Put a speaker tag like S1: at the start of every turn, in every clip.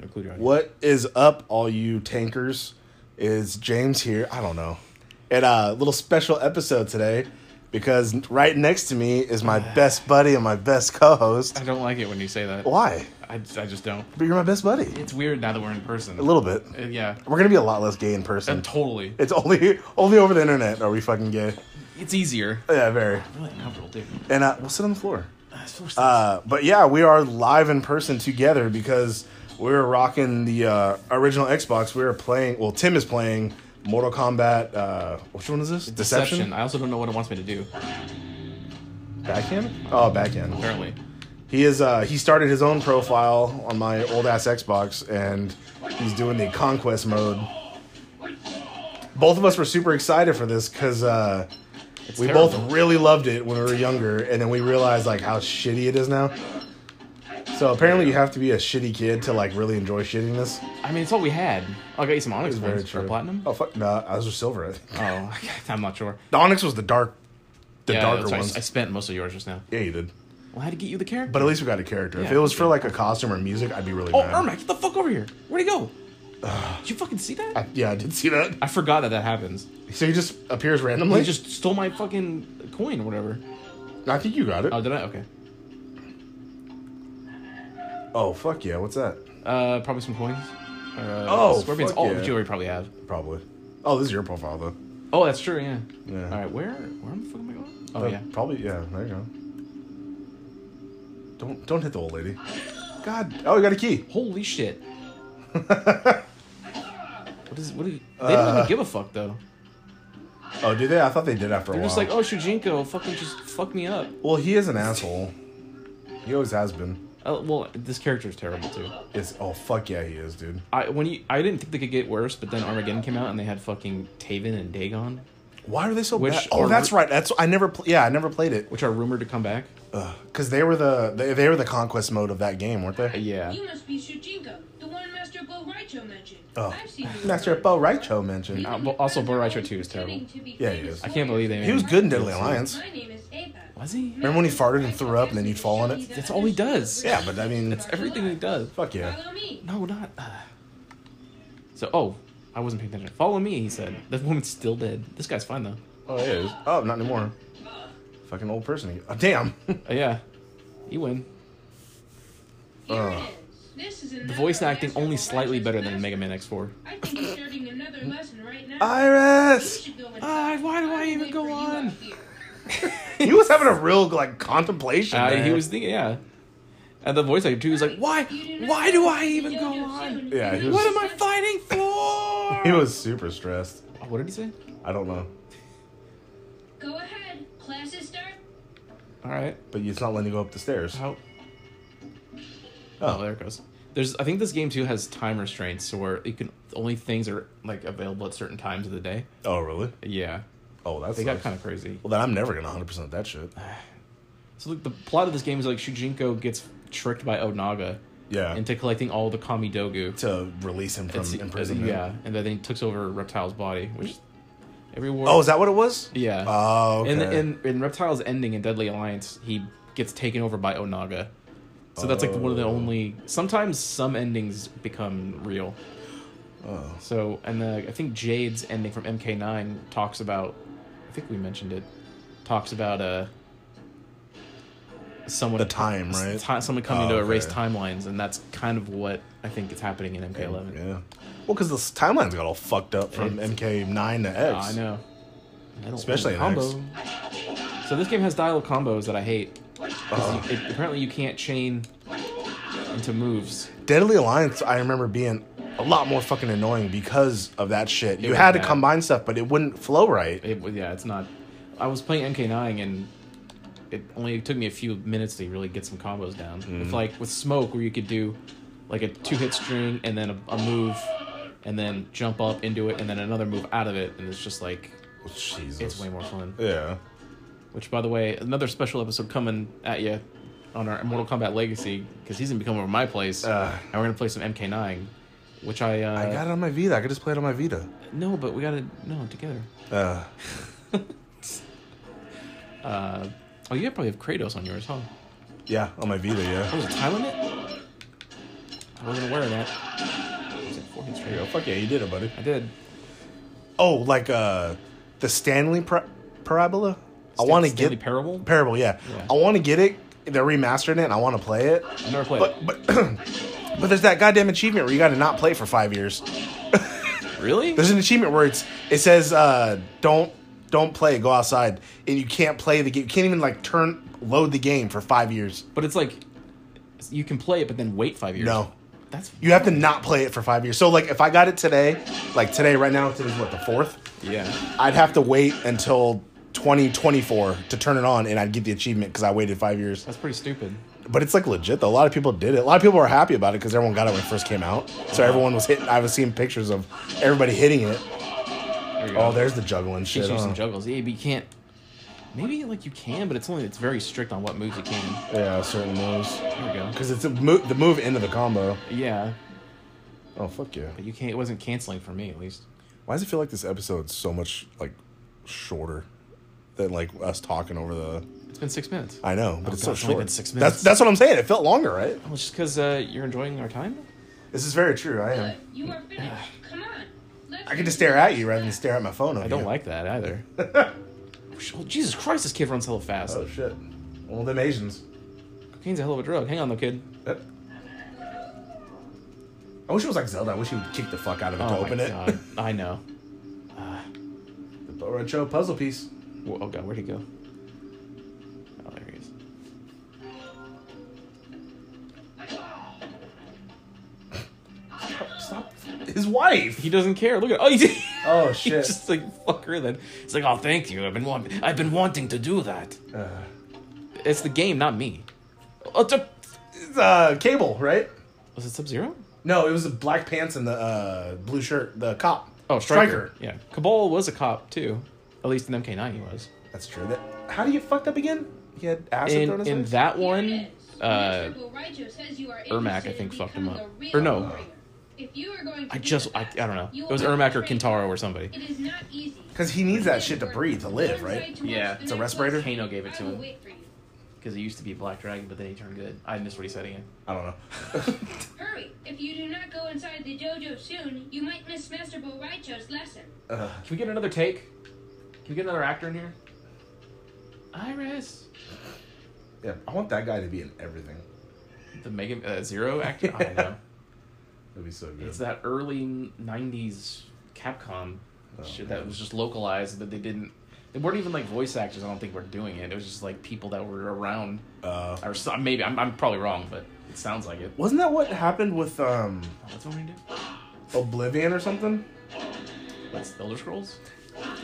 S1: include your audience.
S2: What is up, all you tankers? Is James here? I don't know. And a little special episode today because right next to me is my best buddy and my best co-host.
S1: I don't like it when you say that.
S2: Why?
S1: I, I just don't.
S2: But you're my best buddy.
S1: It's weird now that we're in person. Uh,
S2: A little bit.
S1: yeah. Uh,
S2: We're gonna be a lot less gay in person.
S1: totally.
S2: It's only only over the internet are we fucking gay.
S1: It's easier.
S2: Yeah, very.
S1: Really uncomfortable, dude.
S2: And uh, we'll sit on the floor.
S1: I swear to-
S2: Uh, but yeah, we are live in person together because we were rocking the uh, original Xbox. We were playing. Well, Tim is playing Mortal Kombat. Uh, which one is this?
S1: Deception. I also don't know what it wants me to do.
S2: Backhand. Oh, backhand.
S1: Apparently,
S2: He is. Uh, he started his own profile on my old ass Xbox, and he's doing the conquest mode. Both of us were super excited for this because. Uh,
S1: It's
S2: we
S1: terrible.
S2: both really loved it when we were younger, and then we realized like how shitty it is now. So apparently, you have to be a shitty kid to like really enjoy shittiness.
S1: I mean, it's all we had. I'll get you some Onyx
S2: It's very
S1: ones for
S2: true.
S1: platinum.
S2: Oh fuck, no, I was just silver. I think.
S1: Oh, I'm not sure.
S2: The onyx was the dark, the
S1: yeah,
S2: darker
S1: that's why I s-
S2: ones.
S1: I spent most of yours just now.
S2: yeah, you did.
S1: Well, I had to get you the character.
S2: But uh, at least we got a character. if
S1: Yeah,
S2: it was for
S1: yeah.
S2: like a costume or music, I'd be really
S1: oh,
S2: mad.
S1: Ermac, get the fuck over here. Where'd he go? Did you fucking see that? I,
S2: Uh, I- yeah, I did see that.
S1: forgot that that happens.
S2: So he just appears randomly.
S1: He just stole my fucking coin or whatever.
S2: I think you got it.
S1: Oh, did I? Okay.
S2: oh fuck yeah, what's that?
S1: Uh, probably some coins. Or, uh,
S2: Oh,
S1: scorpions.
S2: fuck
S1: Oh,
S2: yeah.
S1: which you already probably have.
S2: Probably. Oh, this is your profile though.
S1: Oh, that's true. Yeah.
S2: Yeah.
S1: All right. Where? Where the fuck am I going? Oh
S2: Uh,
S1: yeah.
S2: Probably yeah. There you go. Don't don't hit the old lady. God. Oh, you got a key.
S1: Holy shit. what is? What? Is, they don't
S2: Uh.
S1: even give a fuck though.
S2: Oh, do they? I thought they did after
S1: They're
S2: a while.
S1: just like, oh, Shujinko, fucking just fuck me up.
S2: Well, he is an asshole. He always has been.
S1: Uh, well, this character is terrible too.
S2: It's oh fuck yeah he is dude.
S1: I when you I didn't think they could get worse, but then Armageddon came out and they had fucking Taven and Dagon,
S2: Why are they so
S1: Which
S2: bad? Oh,
S1: are-
S2: that's right. That's I never. Pl- yeah, I never played it
S1: which are rumored to come back.
S2: because they were the they, they were the conquest mode of that game, weren't
S1: Uh,
S2: they?
S1: yeah.
S3: You must be Shujinko, the one Master Bo Raicho mentioned.
S2: Oh.
S3: I've seen you.
S2: Master Bo Raicho mentioned.
S1: Uh, but also, Bo Raicho 2 is terrible.
S2: Yeah, he is.
S1: I can't believe they made
S2: He was
S1: him.
S2: good in Deadly Alliance.
S3: My name is Ava.
S1: Was he?
S2: Remember when he farted and threw up and then you'd fall on it?
S1: That's all he does.
S2: Yeah, but I mean,
S1: That's everything he does.
S2: fuck yeah.
S3: Follow me.
S1: No, not. Uh. So, oh, I wasn't paying attention. Follow me, he said. That woman's still dead. This guy's fine though.
S2: Oh, it is. Oh, not anymore. Fucking old person. again. Oh, damn.
S1: Uh, yeah, you win.
S3: Here
S2: Ugh.
S3: it is. This is
S1: The voice acting only slightly better than Mega Man X4.
S3: I think you're starting another lesson right now. You
S2: Iris.
S3: should go and
S1: Ah,
S3: talk.
S1: why do I
S3: I'll
S1: even
S3: wait
S1: go
S3: for you
S1: on?
S3: up here.
S2: He was having a real like contemplation.
S1: Uh,
S2: there.
S1: he was thinking, yeah. And the voice actor too was like, why?
S3: You do not
S1: Why do
S3: know
S1: I
S3: the
S1: even go
S3: JoJo
S1: on?
S3: soon.
S2: Yeah, he was-
S1: What am I fighting for?
S2: He was super stressed.
S1: Oh, What did he say?
S2: I don't know,
S3: Go ahead. Classes start.
S1: All right.
S2: but it's not letting you go up the stairs.
S1: How? Oh,
S2: Oh,
S1: there it goes. There's, I think this game too has time restraints, so where you can only things are like available at certain times of the day.
S2: oh, really?
S1: Yeah,
S2: Oh, that's.
S1: they got kind of crazy.
S2: Well, then I'm never gonna 100 percent that shit.
S1: So like, the plot of this game is like Shujinko gets tricked by Onaga
S2: Yeah.
S1: into collecting all the Kamidogu.
S2: to release him from
S1: It's-
S2: imprisonment.
S1: Yeah, and then he takes over Reptile's body, which every war.
S2: Oh, is that what it was?
S1: Yeah.
S2: Oh, okay.
S1: In, in in Reptile's ending in Deadly Alliance, he gets taken over by Onaga. So that's like one of the
S2: Oh.
S1: only. Sometimes some endings become real.
S2: Oh.
S1: So and the, I think Jade's ending from MK9 talks about. I think we mentioned it. Talks about uh. Someone
S2: The time, right?
S1: Ti- someone coming
S2: Oh,
S1: to erase
S2: okay.
S1: timelines, and that's kind of what I think is happening in MK11.
S2: Yeah. Well, because the s- timelines got all fucked up from
S1: It's-
S2: MK9 to X.
S1: I know. I don't
S2: Especially
S1: want
S2: in
S1: combo. So this game has dialogue combos that I hate. 'Cause you- it- apparently, you can't chain into moves.
S2: Deadly Alliance, I remember being a lot more fucking annoying because of that shit. You
S1: was
S2: had to
S1: bad.
S2: combine stuff, but it wouldn't flow right.
S1: It, yeah, it's not. I was playing MK9 and it only took me a few minutes to really get some combos down. With like with smoke, where you could do like a two hit string and then a, a move, and then jump up into it, and then another move out of it, and it's just like
S2: Jesus.
S1: it's way more fun.
S2: Yeah.
S1: Which, by the way, another special episode coming at you on our Mortal Kombat Legacy because he's gonna be coming over to my place,
S2: Ugh.
S1: and we're gonna play some MK9, which I uh,
S2: Uh. I got it on my Vita. I could just play it on my Vita.
S1: no, but we gotta no together.
S2: Uh,
S1: Uh, oh, you probably have Kratos on yours, huh? Oh,
S2: yeah, on my Vita, yeah.
S1: There's a time limit. I I wasn't aware of that. I was at four hits
S2: There you
S1: straight.
S2: go. Fuck yeah, you did it, buddy.
S1: I did.
S2: Oh, like uh, the Stanley par- Parabola. I
S1: Stan-
S2: want to
S1: Stanley
S2: get
S1: Parable?
S2: Parable. Yeah,
S1: Yeah.
S2: I want to get it. They're remastering it, and I want to play it.
S1: I never played
S2: But but but there's that goddamn achievement where you got to not play for five years.
S1: it. Really?
S2: There's an achievement where it's it says uh, don't don't play, go outside, and you can't play the game. You can't even like turn load the game for five years.
S1: But it's like you can play it, but then wait five years.
S2: No.
S1: that's
S2: You have to not play it for five years. So like if I got it today, like today right now, today's what the fourth.
S1: yeah.
S2: I'd have to wait until 2024 to turn it on, and I'd get the achievement because I waited five years.
S1: That's pretty stupid.
S2: But it's like legit though. A lot of people did it. A lot of people were happy about it because everyone got it when it first came out. So everyone was hitting. I was seeing pictures of everybody hitting it.
S1: There you go.
S2: Oh, there's the juggling shit.
S1: teach you
S2: huh?
S1: some juggles. Yeah, but you can't. Maybe like you can, but it's only it's very strict on what moves you can.
S2: Yeah, certain moves.
S1: There we go.
S2: Because it's a mo- the move into the combo.
S1: Yeah,
S2: Oh fuck yeah!
S1: but you can't. It wasn't canceling for me at least.
S2: Why does it feel like this episode's so much like shorter than like us talking over the?
S1: It's been six minutes.
S2: I know, but
S1: Oh,
S2: it's
S1: God,
S2: so
S1: it's
S2: short.
S1: only been six
S2: That's
S1: minutes.
S2: that's what I'm saying. It felt longer, right?
S1: Well, it's just because uh, you're enjoying our time.
S2: This is very true. I
S3: Look, you are finished. Come on. Let's
S2: Uh, I can just stare at you rather than stare at my phone.
S1: I don't like that either. oh, Jesus Christ, this kid runs hella fast.
S2: Oh shit! Well, them Asians.
S1: Cocaine's a hell of a drug. Hang on though, kid.
S2: That- I wish it was like Zelda. I wish he would kick the fuck out of it to
S1: Oh
S2: open
S1: my
S2: it.
S1: God. I know.
S2: the Bo Rancho puzzle piece.
S1: Wh- Oh God, where'd he go? Oh, there he is.
S2: Stop. His wife.
S1: He doesn't care. Look at oh, he did.
S2: Oh
S1: He
S2: shit.
S1: just like fuck her. Then it's like, oh, thank you. I've been want- I've been wanting to do that.
S2: Uh,
S1: It's the game, not me. Oh, it's a-
S2: it's, uh, Cable, right?
S1: was it Sub Zero?
S2: No, it was the black pants and the uh, blue shirt. The cop.
S1: Oh, Striker. Yeah, Cabal was a cop too. At least in MK9 he was.
S2: That's true. That. How do you fucked up again? He had acid thrown in
S1: In
S2: his
S1: in
S2: face?
S1: that
S3: Here it
S1: one,
S3: is.
S1: uh,
S3: Mr. Borracho says you are
S1: Ermac,
S3: interested
S1: I think,
S3: in
S1: fucked him
S3: becoming
S1: up.
S3: a real
S1: Or no.
S3: warrior. If you are going to
S1: I
S3: do
S1: just
S3: that,
S1: I, I don't know.
S3: you
S1: It was
S3: will be
S1: Ermac or
S3: afraid.
S1: Kintaro or somebody.
S3: It is not easy.
S2: 'Cause he needs that shit to breathe, to live, right?
S1: Yeah.
S2: It's a respirator?
S1: Kano gave it to him. Because he used to be a black dragon, but then he turned good. I missed what he said again.
S2: I don't know.
S3: Hurry! If you do not go inside the dojo soon, you might miss Master Borracho's lesson.
S2: Ugh.
S1: Can we get another take? Can we get another actor in here? Iris,
S2: yeah, I want that guy to be in everything.
S1: the Mega uh, Zero actor. I don't know.
S2: That'd be so good.
S1: It's that early '90s Capcom shit that was just localized, but they didn't. They weren't even like voice actors. I don't think were doing it. It was just like people that were around,
S2: Uh,
S1: or so, maybe I'm, I'm probably wrong, but it sounds like it.
S2: wasn't that what happened with um,
S1: Oh, that's what we do.
S2: Oblivion or something?
S1: That's the Elder Scrolls.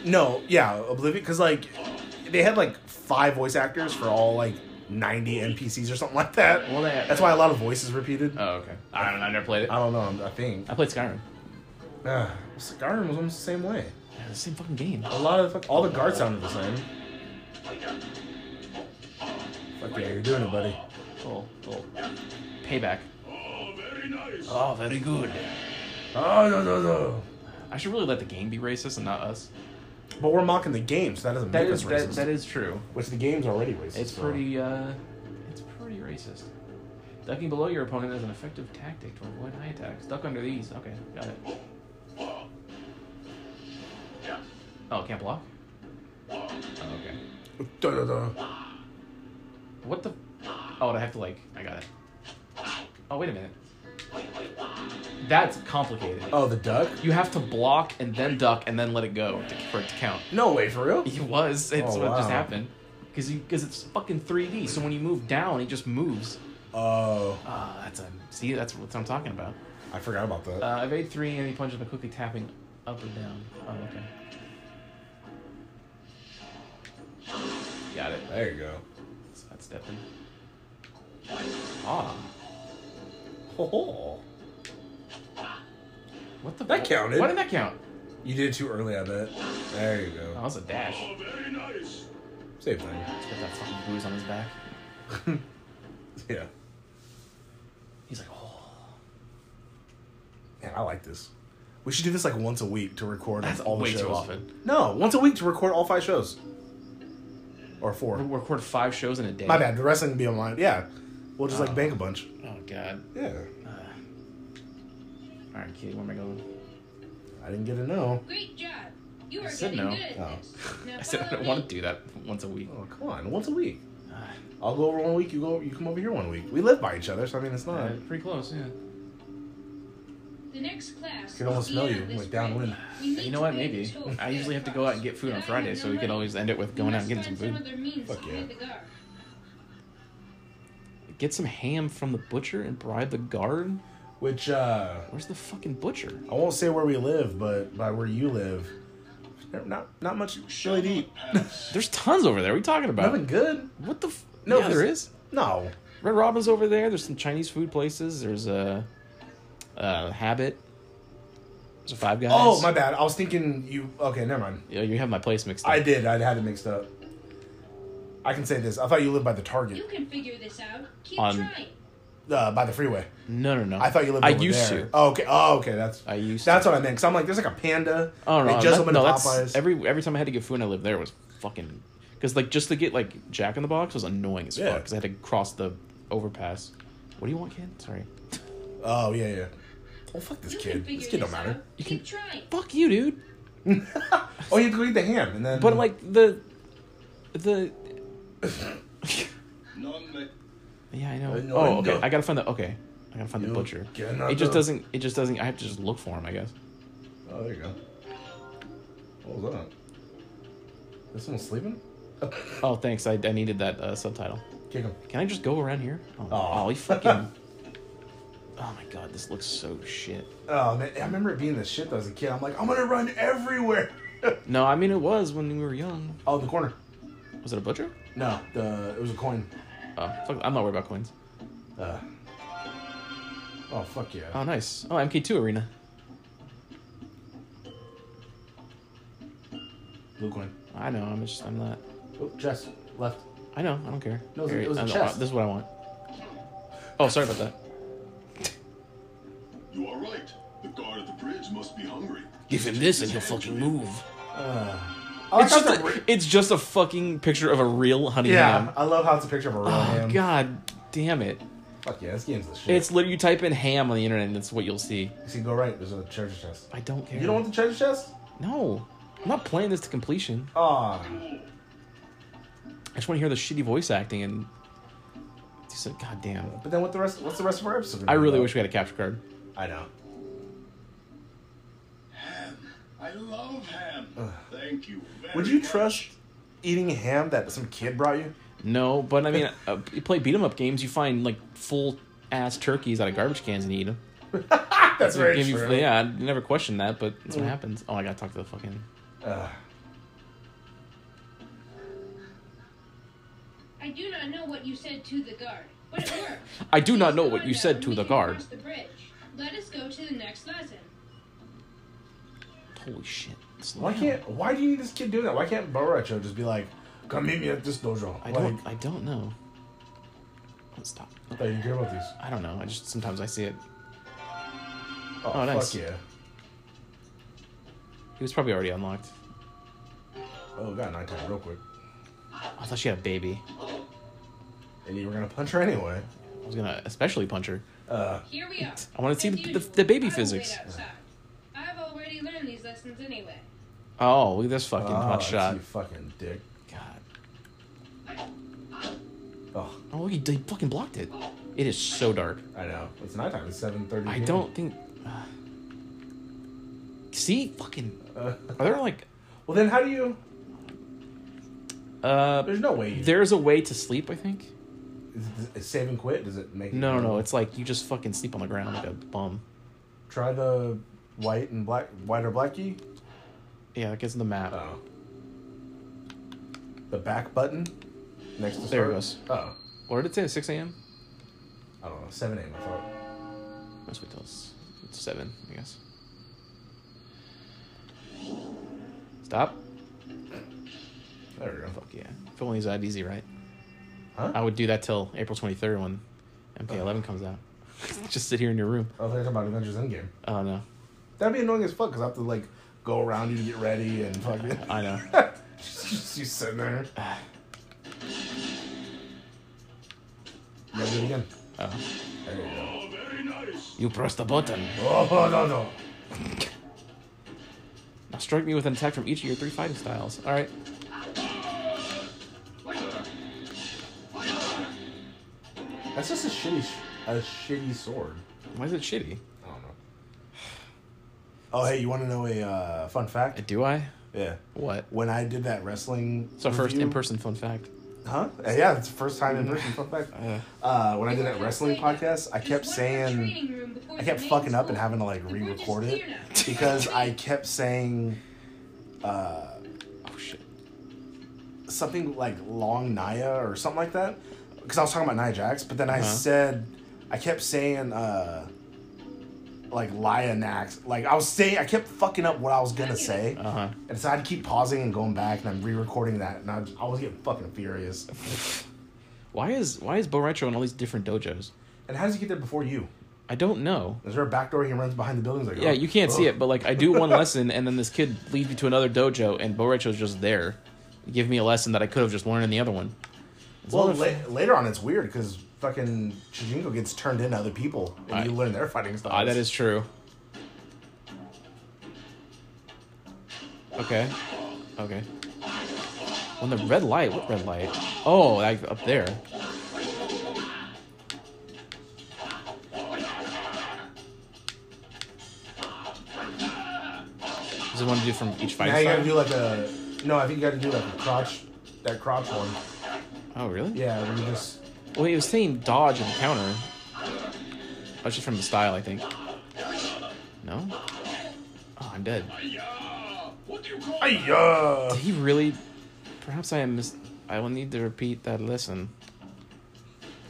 S2: No, yeah, Oblivion. Because like they had like five voice actors for all like ninety NPCs or something like that.
S1: Well, they-
S2: that's why a lot of voices repeated.
S1: Oh, okay. I don't. know. I never played it.
S2: I don't know. I'm- I think
S1: I played Skyrim.
S2: uh, Skyrim was almost the same way.
S1: Yeah, the same fucking game.
S2: A lot of the fuck, all the guards sounded the same. Fuck yeah, you're doing it, buddy.
S1: Little, little payback. Oh, very good.
S2: Oh no no no.
S1: I should really let the game be racist and not us.
S2: But we're mocking the game, so that doesn't
S1: That
S2: make
S1: is
S2: us
S1: that,
S2: racist.
S1: that is true.
S2: Which the game's already racist.
S1: It's
S2: so.
S1: pretty uh it's pretty racist. Ducking below your opponent is an effective tactic to avoid high attacks. Duck under these. Okay, got it. Oh, can't block? Oh, okay.
S2: Duh, duh, duh.
S1: What the Oh, I have to like I got it. Oh wait a minute. That's complicated.
S2: Oh, the duck?
S1: You have to block and then duck and then let it go to, for it to count.
S2: No way, for real?
S1: It was. It's
S2: Oh,
S1: what
S2: wow.
S1: just happened. Because because it's fucking 3D. So when you move down, it just moves.
S2: Oh,
S1: Ah, that's a see. That's what I'm talking about.
S2: I forgot about that.
S1: Uh, evade three, and he punches by quickly tapping up and down. Oh, okay. Got it.
S2: there you go.
S1: Side stepping. Ah,
S2: Oh,
S1: what the?
S2: That counted.
S1: Why did that count?
S2: you did it too early, I bet. There you
S1: Oh, that
S2: go.
S1: was a dash. He's
S2: Same thing.
S1: got that fucking bruise on his back.
S2: Yeah.
S1: He's like, oh,
S2: Man, I like this. We should do this like once a week to record
S1: That's
S2: all the
S1: way too
S2: shows.
S1: often.
S2: No, once a week to record all five shows. Or four.
S1: we recorded five shows in a day. Uh-huh.
S2: My bad. The wrestling will be online. Yeah. We'll just like
S1: Oh.
S2: bank a bunch.
S1: Oh god.
S2: Yeah.
S1: All right, Kitty, where am I going?
S2: I didn't get a no.
S3: Great job. You
S1: I
S3: are
S1: said
S3: getting
S1: no.
S3: good at
S2: Oh.
S3: this. Now
S1: I said I
S3: follow
S1: don't want
S3: me.
S1: to do that once a week.
S2: Oh, come on. Once a week. I'll go over one week. You go. You come over here one week. We live by each other, so I mean, it's not.
S1: Uh, pretty close, yeah.
S3: The next class.
S2: I can almost
S3: will
S2: smell
S3: be
S2: you,
S3: on this
S2: like, downwind.
S3: Friday. We need
S1: You know
S3: to
S1: what?
S3: pay
S1: Maybe
S3: this whole
S1: I usually have to go out and get food on
S3: cost.
S1: Friday,
S3: And I
S1: so
S3: have
S1: we
S3: no
S1: could
S3: money.
S1: always end it with
S3: We
S1: going out
S3: must
S1: and getting some
S3: find
S1: food.
S3: other means
S2: Fuck
S3: to
S2: yeah.
S3: pay the guard.
S1: Get some ham from the butcher and bribe the guard.
S2: Which uh,
S1: Where's the fucking butcher?
S2: I won't say where we live, but by where you live, there- not not much really to eat.
S1: There's tons over there. What are you talking about?
S2: Nothing good.
S1: What the? F-
S2: No,
S1: yeah, there
S2: it's-
S1: is.
S2: No.
S1: Red Robin's over there. There's some Chinese food places. There's a, uh Habit. There's a Five Guys.
S2: Oh, my bad. I was thinking you. Okay, never mind.
S1: Yeah, you have my place mixed up.
S2: I did. I had it mixed up. I can say this. I thought you lived by the Target,
S3: You can figure this out. Keep
S1: On-
S3: trying.
S2: uh, by the freeway.
S1: No, no, no.
S2: I thought you lived.
S1: I
S2: Over
S1: used
S2: there.
S1: to.
S2: Oh, okay. Oh, okay. That's
S1: I used
S2: That's what I meant. Cause I'm like, there's like a panda.
S1: Oh
S2: They
S1: no,
S2: just
S1: that-
S2: opened
S1: no,
S2: a
S1: that's
S2: Popeyes.
S1: every every time I had to get food and I lived there was fucking because like just to get like Jack in the Box was annoying as fuck 'cause
S2: Yeah.
S1: fuck because I had to cross the overpass. What do you want, kid? Sorry.
S2: oh yeah, yeah. Oh fuck this
S3: You
S2: kid.
S3: can
S2: This
S3: figure
S2: kid don't
S3: this out.
S2: matter.
S1: You
S3: Keep
S1: can-
S3: trying.
S1: Fuck you, dude.
S2: Oh, you have to go eat the ham and then.
S1: But like the the yeah, I know.
S2: I know,
S1: oh,
S2: I
S1: okay.
S2: know.
S1: I gotta find the okay. I gotta find the
S2: You
S1: butcher.
S2: cannot
S1: It just
S2: know.
S1: doesn't. It just doesn't. I have to just look for him. I guess.
S2: Oh, there you go. Hold on. This one's sleeping.
S1: Oh, thanks. I, I needed that uh, subtitle.
S2: Kick him.
S1: Can I just go around here? Oh,
S2: Aw.
S1: oh he fucking. oh my god, this looks so shit.
S2: Oh man, I remember it being the shit though as a kid. I'm like, I'm gonna run everywhere.
S1: No, I mean it was when we were young.
S2: oh, the corner.
S1: Was it a butcher?
S2: No, the it was a coin.
S1: Oh, fuck, I'm not worried about coins.
S2: Uh, oh fuck yeah.
S1: Oh, nice. Oh, MK2 Arena.
S2: Blue coin.
S1: I know. I'm just. I'm not.
S2: Oh, chest left.
S1: I know. I don't care.
S2: No, it was a- it was a
S1: I don't-
S2: chest.
S1: This is what I want. Oh, sorry about that.
S4: You are right. The guard at the bridge must be hungry.
S1: Give him this and he'll fucking move.
S2: Uh, I like
S1: It's
S2: how
S1: just,
S2: it's a
S1: a,
S2: re-
S1: it's just a fucking picture of a real honey
S2: yeah,
S1: ham.
S2: I love how it's a picture of a real
S1: Oh,
S2: ham.
S1: god damn it.
S2: Fuck yeah, this game's the shit.
S1: It's literally you type in ham on the internet and that's what you'll see.
S2: You see, go right. There's a treasure chest.
S1: I don't care.
S2: You don't want the treasure chest?
S1: No. I'm not playing this to completion.
S2: Ah,
S1: I just want to hear the shitty voice acting and. He said, God damn.
S2: but then what the rest? What's the rest of our episode? gonna
S1: I
S2: be
S1: really
S2: about?
S1: wish we had a capture card.
S2: I know.
S4: Ham. I love ham. Thank you. Very
S2: Would you
S4: much.
S2: trust eating ham that some kid brought you?
S1: No, but I mean, uh, you play beat 'em up games, you find like full ass turkeys out of garbage cans and you eat them.
S2: That's very
S1: Give you-
S2: true. Mm.
S1: yeah, I never questioned that, but that's what happens. Oh, I gotta talk to the fucking.
S2: Ugh.
S3: I do not know what you said to the guard, but it worked.
S1: I do not know
S3: Please
S1: what
S3: go
S1: you
S3: on
S1: said
S3: down.
S1: to
S3: We
S1: the
S3: can
S1: guard.
S3: cross the bridge. Let us go to the next lesson.
S1: Holy shit! Slow
S2: why
S1: down.
S2: can't? Why do you need this kid doing that? Why can't Boracho just be like, "Come meet me at this dojo"?
S1: I
S2: like,
S1: don't. I don't know. Oh, stop.
S2: I thought you didn't care about these.
S1: I don't know. I just sometimes I see it.
S2: Oh,
S1: Oh, nice.
S2: fuck yeah.
S1: He was probably already unlocked.
S2: Oh, got nine times real quick,
S1: I thought she had a baby.
S2: and you were gonna punch her anyway.
S1: I was gonna especially punch her.
S2: Uh,
S3: Here we are.
S1: I wanna see
S3: As
S1: the-
S3: usual,
S1: the- the baby
S3: I will wait
S1: physics.
S3: outside. I've already learned these lessons anyway.
S1: Oh, look at this
S2: oh,
S1: fucking hot
S2: that's
S1: shot.
S2: You fucking dick.
S1: God.
S2: Oh,
S1: Oh, look, he, he fucking blocked it. It is so dark.
S2: I know. It's nighttime. It's seven thirty.
S1: I don't think. Uh, see, fucking. Are there like?
S2: Well, then how do you?
S1: Uh,
S2: There's no way. You,
S1: there's uh, a way to sleep. I think.
S2: is, it- is save and quit. Does it make? it-
S1: No, no, no. It's like you just fucking sleep on the ground like a bum.
S2: try the white and black, white or black key.
S1: Yeah, that gets in the map.
S2: Oh. The back button next to
S1: There it
S2: start. Oh,
S1: What did it say? Six a.m.
S2: I don't know. Seven a.m. I thought.
S1: Let's wait till it's it's seven. I guess. Stop.
S2: There we go.
S1: Fuck yeah. If only it was that easy, right?
S2: Huh?
S1: I would do that till April twenty third when MK11 comes out. just sit here in your room.
S2: I was Oh, talking about Avengers Endgame.
S1: Oh no.
S2: That'd be annoying as fuck because I have to like go around you to get ready and fucking.
S1: I know.
S2: She's just sitting there. You gotta do it again.
S1: Oh.
S2: There you go.
S4: Oh, very very nice.
S1: You press the button.
S2: Oh no no.
S1: Now strike me with an attack from each of your three fighting styles. All right.
S2: That's just a shitty, sh- a shitty sword.
S1: Why is it shitty?
S2: I don't know. Oh hey, you want to know a uh, fun fact?
S1: Do I?
S2: Yeah.
S1: What?
S2: When I did that wrestling,
S1: So first
S2: review-
S1: in person fun fact.
S2: Huh? Uh, Yeah, it's the first time in person. Fun fact. Uh, when I did that wrestling podcast, I kept saying I kept fucking up and having to like re-record it because I kept saying
S1: Oh shit.
S2: something like Long Naya or something like that because I was talking about Nia Jax, but then I
S1: Uh-huh.
S2: said I kept saying uh like Lia Nax. Like I was saying I kept fucking up what I was gonna say.
S1: Uh huh.
S2: And so I'd keep pausing and going back, and I'm re-recording that, and I'd, I was getting fucking furious.
S1: Why is why is Bo Retro in all these different dojos?
S2: And how does he get there before you?
S1: I don't know.
S2: Is there a back door he runs behind the buildings? Like,
S1: Yeah,
S2: oh,
S1: you can't see
S2: oh.
S1: it, but like I do one lesson, and then this kid leads me to another dojo, and Bo Retro's just there, give me a lesson that I could have just learned in the other one. It's
S2: Well,
S1: all the-
S2: la- later on, it's weird because fucking Chijinko gets turned into other people, and
S1: I-
S2: you learn their fighting styles.
S1: Ah, that is true. Okay. Okay. When the red light, what red light? Oh, like up there. Does it want to do from each fight?
S2: Now you gotta
S1: style?
S2: do like a. No, I think you gotta do like a crotch, that crotch one.
S1: Oh, really?
S2: Yeah, where you just.
S1: Well, he was saying dodge and counter. That's just from the style, I think. No? Oh, I'm dead.
S4: Yeah. What do you call that?
S2: Ayah!
S1: Did he really? Perhaps I am mis- I will need to repeat that lesson.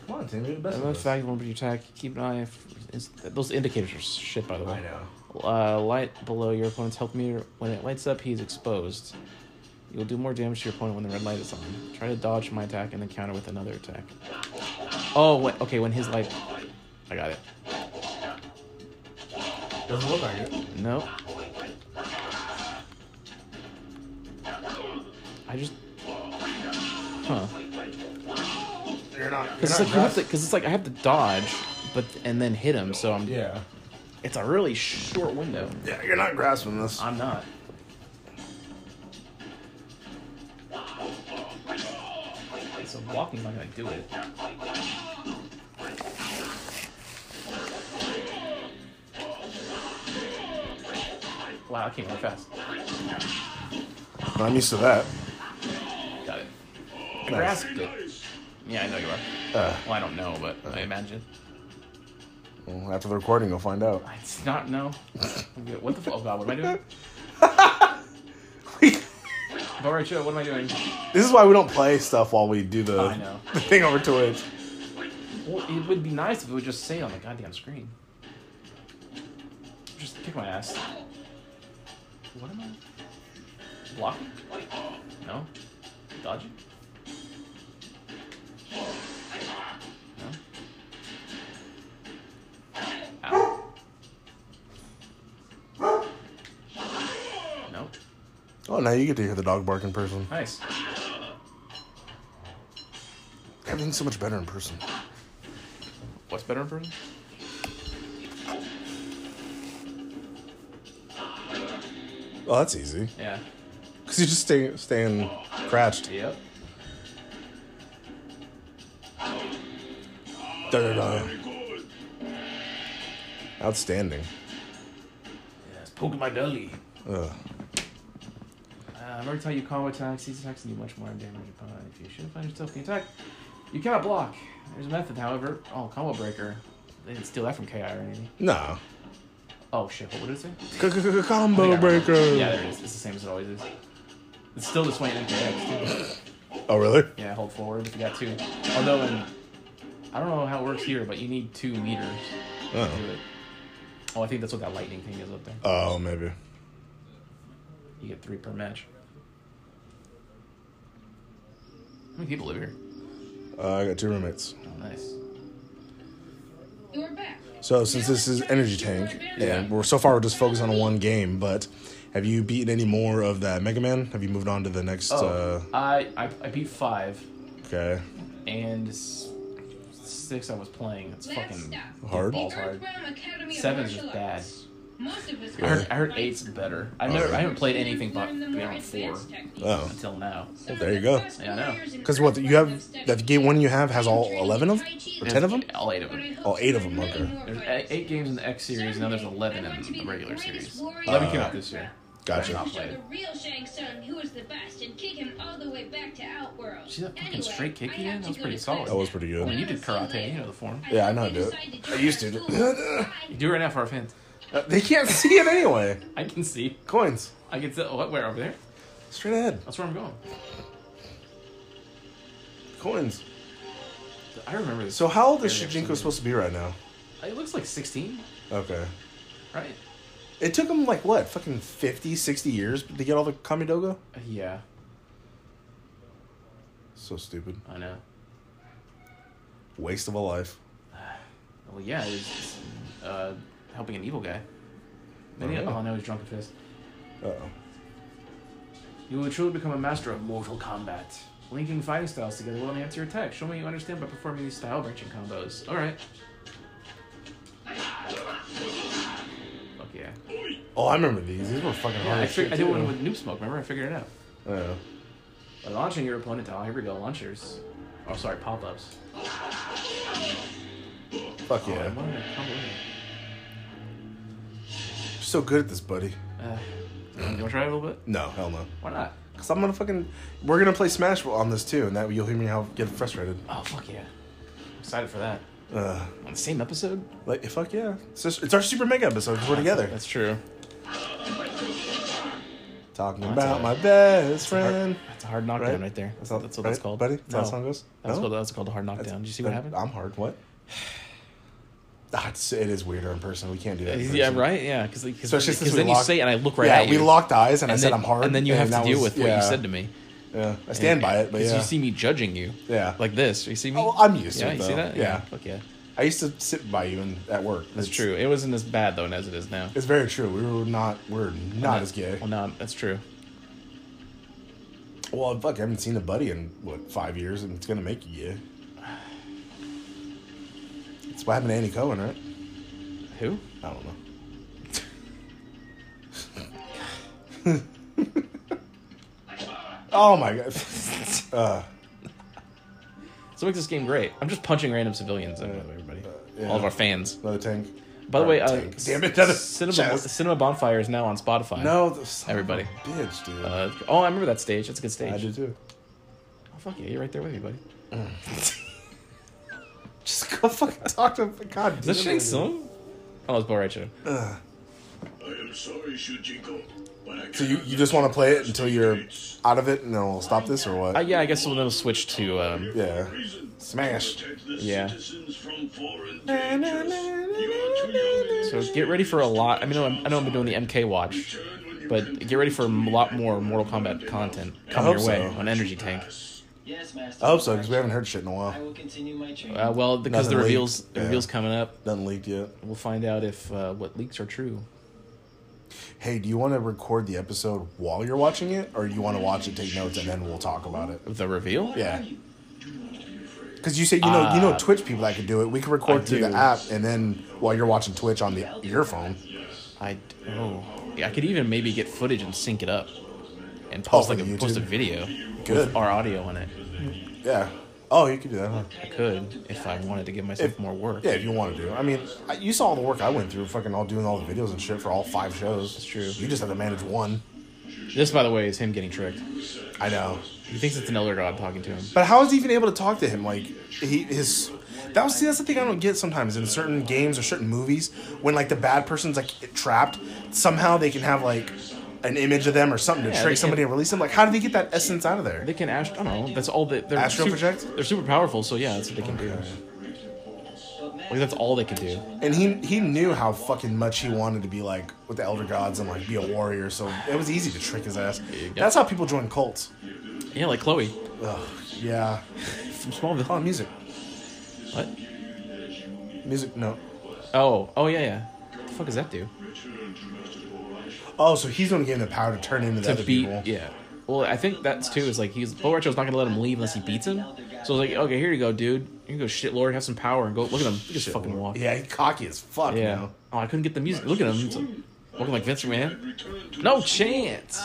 S2: Come on, Tim, you're the best.
S1: Another
S2: of us.
S1: fact when you attack, keep an eye. F- is- those indicators are shit, by the way.
S2: I know.
S1: Uh, light below your opponent's health meter. When it lights up, he's exposed. You will do more damage to your opponent when the red light is on. Try to dodge my attack and then counter with another attack. Oh, wait, okay. When his light, I got it.
S2: Doesn't look like it.
S1: No. I just. Huh.
S2: You're not. You're not
S1: Because it's, like, you have to-
S2: dressed-
S1: 'cause it's like I have to dodge, but and then hit him. So I'm.
S2: Yeah.
S1: It's a really short window.
S2: Yeah, you're not grasping this.
S1: I'm not. So walking, not gonna do it. Wow, I came really fast.
S2: I'm used to that.
S1: Got it. I
S2: Nice.
S1: grasped
S4: Very
S1: it.
S4: nice.
S1: Yeah, I know you are.
S2: Uh,
S1: Well, I don't know, but I imagine.
S2: well, after the recording, you'll find out.
S1: I did not know. I'm good. What the fuck? Oh god, what am I doing? Boracho, what am I doing?
S2: This is why we don't play stuff while we do the,
S1: I know.
S2: the thing over Twitch.
S1: Well, it would be nice if it would just say on the goddamn screen. Just kick my ass. What am I? Blocking? No? Dodging? No? Ow. No?
S2: Oh, now you get to hear the dog bark in person.
S1: Nice.
S2: Everything's so much better in person.
S1: What's better in person?
S2: Oh, that's easy.
S1: Yeah.
S2: Because you just stay staying crouched.
S1: Yep.
S2: Da, da, da.
S4: Very good.
S2: Outstanding.
S1: Yeah, it's poking my belly.
S2: Ugh.
S1: Um, every time you combo attacks, these attacks can do much more damage upon it. If you should find yourself being attacked, you cannot block. There's a method, however. Oh, combo breaker. They didn't steal that from KI or anything.
S2: No.
S1: Oh shit, what would it say?
S2: Combo breaker.
S1: Yeah, there it is. It's the same as it always is. It's still this way in MKX too.
S2: Oh, really?
S1: Yeah, hold forward if you got two. Although in I don't know how it works here, but you need two meters to
S2: Oh.
S1: do it. Oh, I think that's what that lightning thing is up there.
S2: Oh, maybe.
S1: You get three per match. How many people live here?
S2: Uh, I got two roommates.
S1: Oh, nice.
S3: You're back.
S2: So since this is Energy Tank,
S1: Yeah.
S2: and we're so far we're just focused on one game, but have you beaten any more of that Mega Man? Have you moved on to the next?
S1: Oh,
S2: Uh,
S1: I, I I beat five
S2: okay.
S1: and s- s- six I was playing. It's
S3: Last
S1: fucking
S3: stop.
S2: Hard.
S1: balls
S3: the
S1: hard.
S3: Earthrealm Academy
S1: Seven's
S3: of
S1: just
S3: Martial
S1: bad.
S3: Arts. Most of us
S1: I heard, I heard eight's better. I've never, I haven't played anything but beyond four
S2: Oh.
S1: until now.
S2: Well, there you go.
S1: Yeah, I know.
S2: Because what you have that game one you have has all eleven of them. Or
S1: There's
S2: 10 of them?
S1: All eight of them.
S2: Oh, eight of them, okay.
S1: There's eight, eight games in the X series, now there's eleven in the regular series. Uh, Eleven came out this year.
S2: Gotcha.
S1: Not
S3: Show
S1: played.
S3: the real Shang Tsung who is the best and kick him all the way back to Outworld.
S1: See that fucking
S3: Anyway,
S1: straight kick
S3: I
S1: you did?
S3: have to
S1: That was
S3: go
S1: pretty
S3: to
S1: solid.
S3: class.
S2: That was pretty
S1: I mean,
S2: good.
S1: you did karate, you know the form.
S2: Yeah, I know I
S3: hope
S2: do.
S3: you decide
S2: I
S3: join
S2: used
S3: our
S2: to.
S3: school. Bye.
S1: Do it right now for our fans.
S2: Uh, they can't see it anyway.
S1: I can see.
S2: Coins.
S1: I can tell. What? Where? Over there?
S2: Straight ahead.
S1: That's where I'm going.
S2: Coins.
S1: I remember this.
S2: So how old is
S1: Yeah,
S2: Shijinko
S1: absolutely.
S2: supposed to be right now?
S1: It looks like 16,
S2: Okay.
S1: right?
S2: It took him like what, fucking 50, 60 years to get all the Kamidogo?
S1: Uh, Yeah,
S2: So stupid.
S1: I know.
S2: Waste of a life.
S1: Well, yeah, he's uh, helping an evil guy. Maybe,
S2: Oh, yeah.
S1: Oh no, he's drunk and pissed.
S2: Uh oh.
S1: You will truly become a master of Mortal Kombat. Linking fighting styles together will enhance your attack. Show me you understand by performing these style branching combos. All right. Fuck yeah.
S2: Oh, I remember these. These were fucking hard.
S1: I,
S2: as shit,
S1: fig- I did
S2: too. Uh,
S1: one with Noob Smoke. Remember, I figured it out.
S2: Yeah.
S1: By launching your opponent to, oh, here we go, launchers. Oh, sorry, pop-ups.
S2: Fuck yeah.
S1: Oh, what a compliment.
S2: You're so good at this, buddy.
S1: Uh, you want to try it a little bit?
S2: No, hell no.
S1: Why not?
S2: Cause I'm gonna fucking. We're gonna play Smash on this too, and that you'll hear me how get frustrated.
S1: Oh fuck yeah! I'm excited for that.
S2: Uh,
S1: On the same episode?
S2: like fuck yeah. It's, just, it's our super mega episode. 'cause We're together.
S1: true.
S2: Talking
S1: That's
S2: about
S1: a-
S2: my best friend.
S1: That's a hard knockdown right, there. That's,
S2: all-
S1: that's what
S2: right,
S1: that's called,
S2: buddy. That's how the song goes.
S1: That's
S2: No?
S1: called. That's called a hard knockdown.
S2: That's-
S1: Did you see what
S2: that-
S1: happened?
S2: I'm hard. What? Ah, it's, it is weirder in person. We can't do that. in
S1: yeah,
S2: person.
S1: right. Yeah, because because
S2: Especially since we
S1: then you
S2: locked-
S1: say it and I look right
S2: yeah,
S1: at you.
S2: we locked eyes, and, I
S1: And
S2: said
S1: then-
S2: I'm hard,
S1: and then you have
S2: that
S1: to deal
S2: was-
S1: with what
S2: yeah,
S1: you said to me.
S2: Yeah, I stand by it, but
S1: Because
S2: yeah.
S1: you see me judging you.
S2: Yeah.
S1: Like this. You see me.
S2: Oh, I'm used to
S1: yeah,
S2: it,
S1: You see
S2: though.
S1: that?
S2: Yeah.
S1: Fuck yeah.
S2: I used to sit by you and at work.
S1: That's
S2: It's-
S1: true. It wasn't as bad though as it is now.
S2: It's very true. We were not. We're not as gay.
S1: Well, no, that's true.
S2: Well, fuck, I haven't seen a buddy in what five years, and it's gonna make you gay. It's what happened to Annie Cohen, right?
S1: Who?
S2: I don't know. oh my god. uh,
S1: So what makes this game great. I'm just punching random civilians. out of everybody.
S2: Uh, yeah.
S1: All of our fans.
S2: another tank.
S1: By the way, uh,
S2: Tank. Damn it, another
S1: Cinema,
S2: chest.
S1: Cinema Bonfire is now on Spotify.
S2: No, the son of a
S1: Everybody.
S2: bitch, dude.
S1: Uh, oh, I remember that stage. That's a good stage.
S2: I do too.
S1: Oh, fuck yeah, you're right there with me, buddy.
S2: Just go fucking talk to God.
S1: Is that
S2: damn
S1: Shang
S2: it.
S1: Tsung? Oh, it's Bo Right Show.
S4: I am sorry, Shujinko, but I
S2: So you, you just want to play it until you're out of it, and then we'll stop this or what?
S1: Uh, yeah, I guess we'll now switch to. Um,
S2: yeah. Smash.
S4: Smash.
S1: Yeah. so
S4: So
S1: get ready for a lot. I mean, I know- I know I've been doing the MK watch, but get ready for a lot more Mortal Kombat content coming
S2: hope
S1: your way
S2: so.
S1: on Energy Tank.
S5: Yes, Master.
S2: I hope so because we haven't heard shit in a
S5: I
S2: while.
S5: will continue my training.
S1: Uh, well, because the
S2: Nothing
S1: reveals,
S2: leaked.
S1: the
S2: Yeah.
S1: reveals coming up,
S2: Nothing leaked yet.
S1: we'll find out if uh, what leaks are true.
S2: Hey, do you want to record the episode while you're watching it, or you want to watch it, take notes, and then we'll talk about it?
S1: The reveal?
S2: Yeah. Because you say you know you know
S1: Ah.
S2: Twitch people that could do it. We can record
S1: I
S2: through
S1: do.
S2: the app, and then while you're watching Twitch on the earphone.
S1: I oh, yeah, I could even maybe get footage and sync it up, and
S2: Oh,
S1: post
S2: for
S1: like a,
S2: YouTube?
S1: post a video
S2: Good.
S1: with our audio on it.
S2: Yeah. Oh, you could do that. Huh?
S1: I could if I wanted to give myself more work.
S2: Yeah, if you want to do. I mean, I- you saw all the work I went through, fucking all doing all the videos and shit for all five shows. That's
S1: true.
S2: You just have to manage one.
S1: This, by the way, is him getting tricked.
S2: I know.
S1: He thinks it's an elder god talking to him.
S2: But how is he even able to talk to him? Like he his that was see that's the thing I don't get sometimes in certain games or certain movies when like the bad person's like trapped somehow they can have like an image of them or something to
S1: Yeah, they
S2: trick
S1: can-
S2: somebody and release them. Like how do they get that essence out of there?
S1: They can ast- I don't know. That's all that they're
S2: Astral
S1: super,
S2: project?
S1: They're super powerful, so yeah, that's what they can do. Like that's all they can do.
S2: And he he knew how fucking much he wanted to be like with the elder gods and like be a warrior, so it was easy to trick his ass. That's how people join cults.
S1: Yeah, like Chloe
S2: Ugh, yeah.
S1: from Smallville.
S2: Oh, music,
S1: What?
S2: music. No.
S1: Oh, oh yeah, yeah. What the fuck does that do?
S2: Oh, so he's gonna give him the power to turn into the
S1: To
S2: other
S1: beat,
S2: people.
S1: yeah. Well, I think that's too is like he's Bo Retro's not gonna let him leave unless he beats him. So it's like, okay, here you go, dude. Here you go, shit lord, have some power and go. Look at him, he just
S2: Shit,
S1: fucking
S2: Lord.
S1: walk.
S2: Yeah, he cocky as fuck
S1: yeah.
S2: now.
S1: Oh, I couldn't get the music. Look at him, he's like, walking like Vince McMahon. No
S4: No
S1: chance,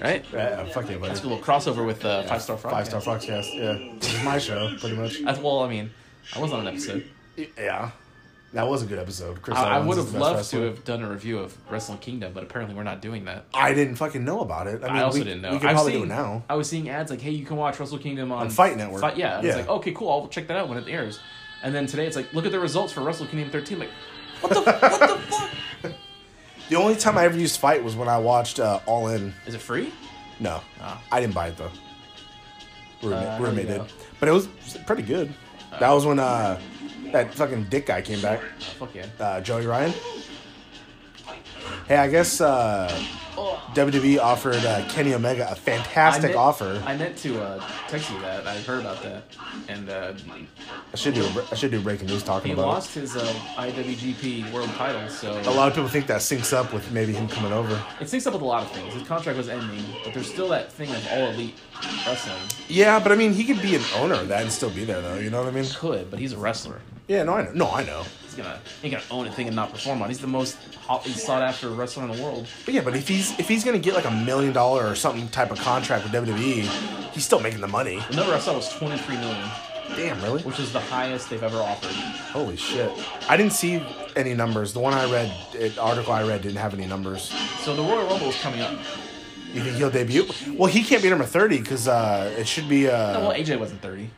S1: right?
S2: Yeah, fuck yeah, buddy.
S1: That's a little crossover with uh, Five Star Frog.
S2: Five Star Foxcast. Yeah, this is my show, pretty much.
S1: That's well, I mean, I was on an episode.
S2: Yeah, that was a good episode. Chris
S1: I, I
S2: Owens
S1: would
S2: is
S1: have
S2: the best
S1: loved
S2: wrestler.
S1: to have done a review of Wrestling Kingdom, but apparently we're not doing that.
S2: I didn't fucking know about it. I, mean,
S1: I also
S2: we-
S1: didn't know.
S2: We can
S1: I've
S2: probably
S1: seen,
S2: do it now.
S1: I was seeing ads like, "Hey, you can watch Wrestle Kingdom on,
S2: On Fight Network.
S1: Fight- yeah, and
S2: Yeah.
S1: it's like, "Okay, cool. I'll check that out when it airs." And then today, it's like, "Look at the results for Wrestle Kingdom 13." Like, what the what the fuck?
S2: The only time I ever used Fight was when I watched uh, All In.
S1: Is it free?
S2: No,
S1: Ah.
S2: I didn't buy it though. Roommate,
S1: Uh,
S2: roommate
S1: yeah.
S2: did, but it was pretty good. that was when uh, that fucking dick guy came back,
S1: Oh, fuck yeah.
S2: uh, Joey Ryan. Hey, I guess uh, WWE offered uh, Kenny Omega a
S1: I
S2: fantastic
S1: meant-
S2: offer. I,
S1: I meant to uh, text you that. I heard about that, and uh,
S2: should do. a bre- I should do breaking news talking
S1: he
S2: about. it.
S1: lost his uh, IWGP World Title. So
S2: A lot of people think that syncs up with maybe him coming over.
S1: it syncs up with a lot of things. His contract was ending, but there's still that thing of all elite wrestling.
S2: Yeah, but I mean, he could be an owner of that and still be there, though. You know what I mean?
S1: Could, but he's a wrestler.
S2: Yeah, no, I know. No, I know.
S1: He's gonna he ain't gonna own a thing and not perform on. it. He's the most hot, he's sought after wrestler in the world.
S2: But yeah, but if he's if he's gonna get like a million dollar or something type of contract with WWE, he's still making the money.
S1: The number I saw was 23 million,
S2: Damn, really?
S1: which is the highest they've ever offered.
S2: Holy shit! I didn't see any numbers. The one I read, it, article I read, didn't have any numbers.
S1: So the Royal Rumble is coming up.
S2: You think he'll debut? Well, he can't be number thirty because uh, it should be
S1: No, Oh, well,
S2: uh,
S1: AJ wasn't 30.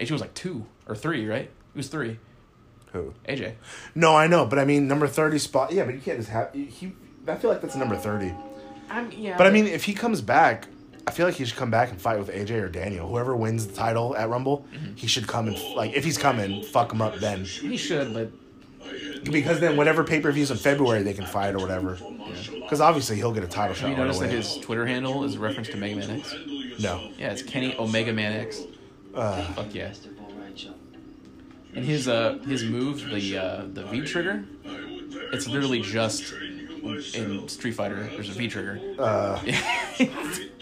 S1: AJ was like two or three, right? He was three.
S2: who?
S1: AJ.
S2: No, I know, but I mean number thirty spot. Yeah, but you can't just have he. I feel like that's number thirty.
S1: I'm yeah.
S2: But I mean, if he comes back, I feel like he should come back and fight with AJ or Daniel. Whoever wins the title at Rumble,
S1: Mm-hmm.
S2: he should come and like if he's coming, fuck him up then.
S1: he should, but
S2: Because then whatever pay per views in February they can fight or whatever. Because obviously he'll get a title
S1: have
S2: shot
S1: you
S2: right
S1: noticed that
S2: away.
S1: his Twitter handle is a reference to Mega Man X?
S2: no,
S1: Yeah, it's Kenny Omega Man X.
S2: uh,
S1: Fuck yeah.
S5: Master Bull Raichu.
S1: And his uh his move, the uh the V trigger, it's literally just in Street Fighter. There's a V trigger.
S2: uh,
S1: Fuck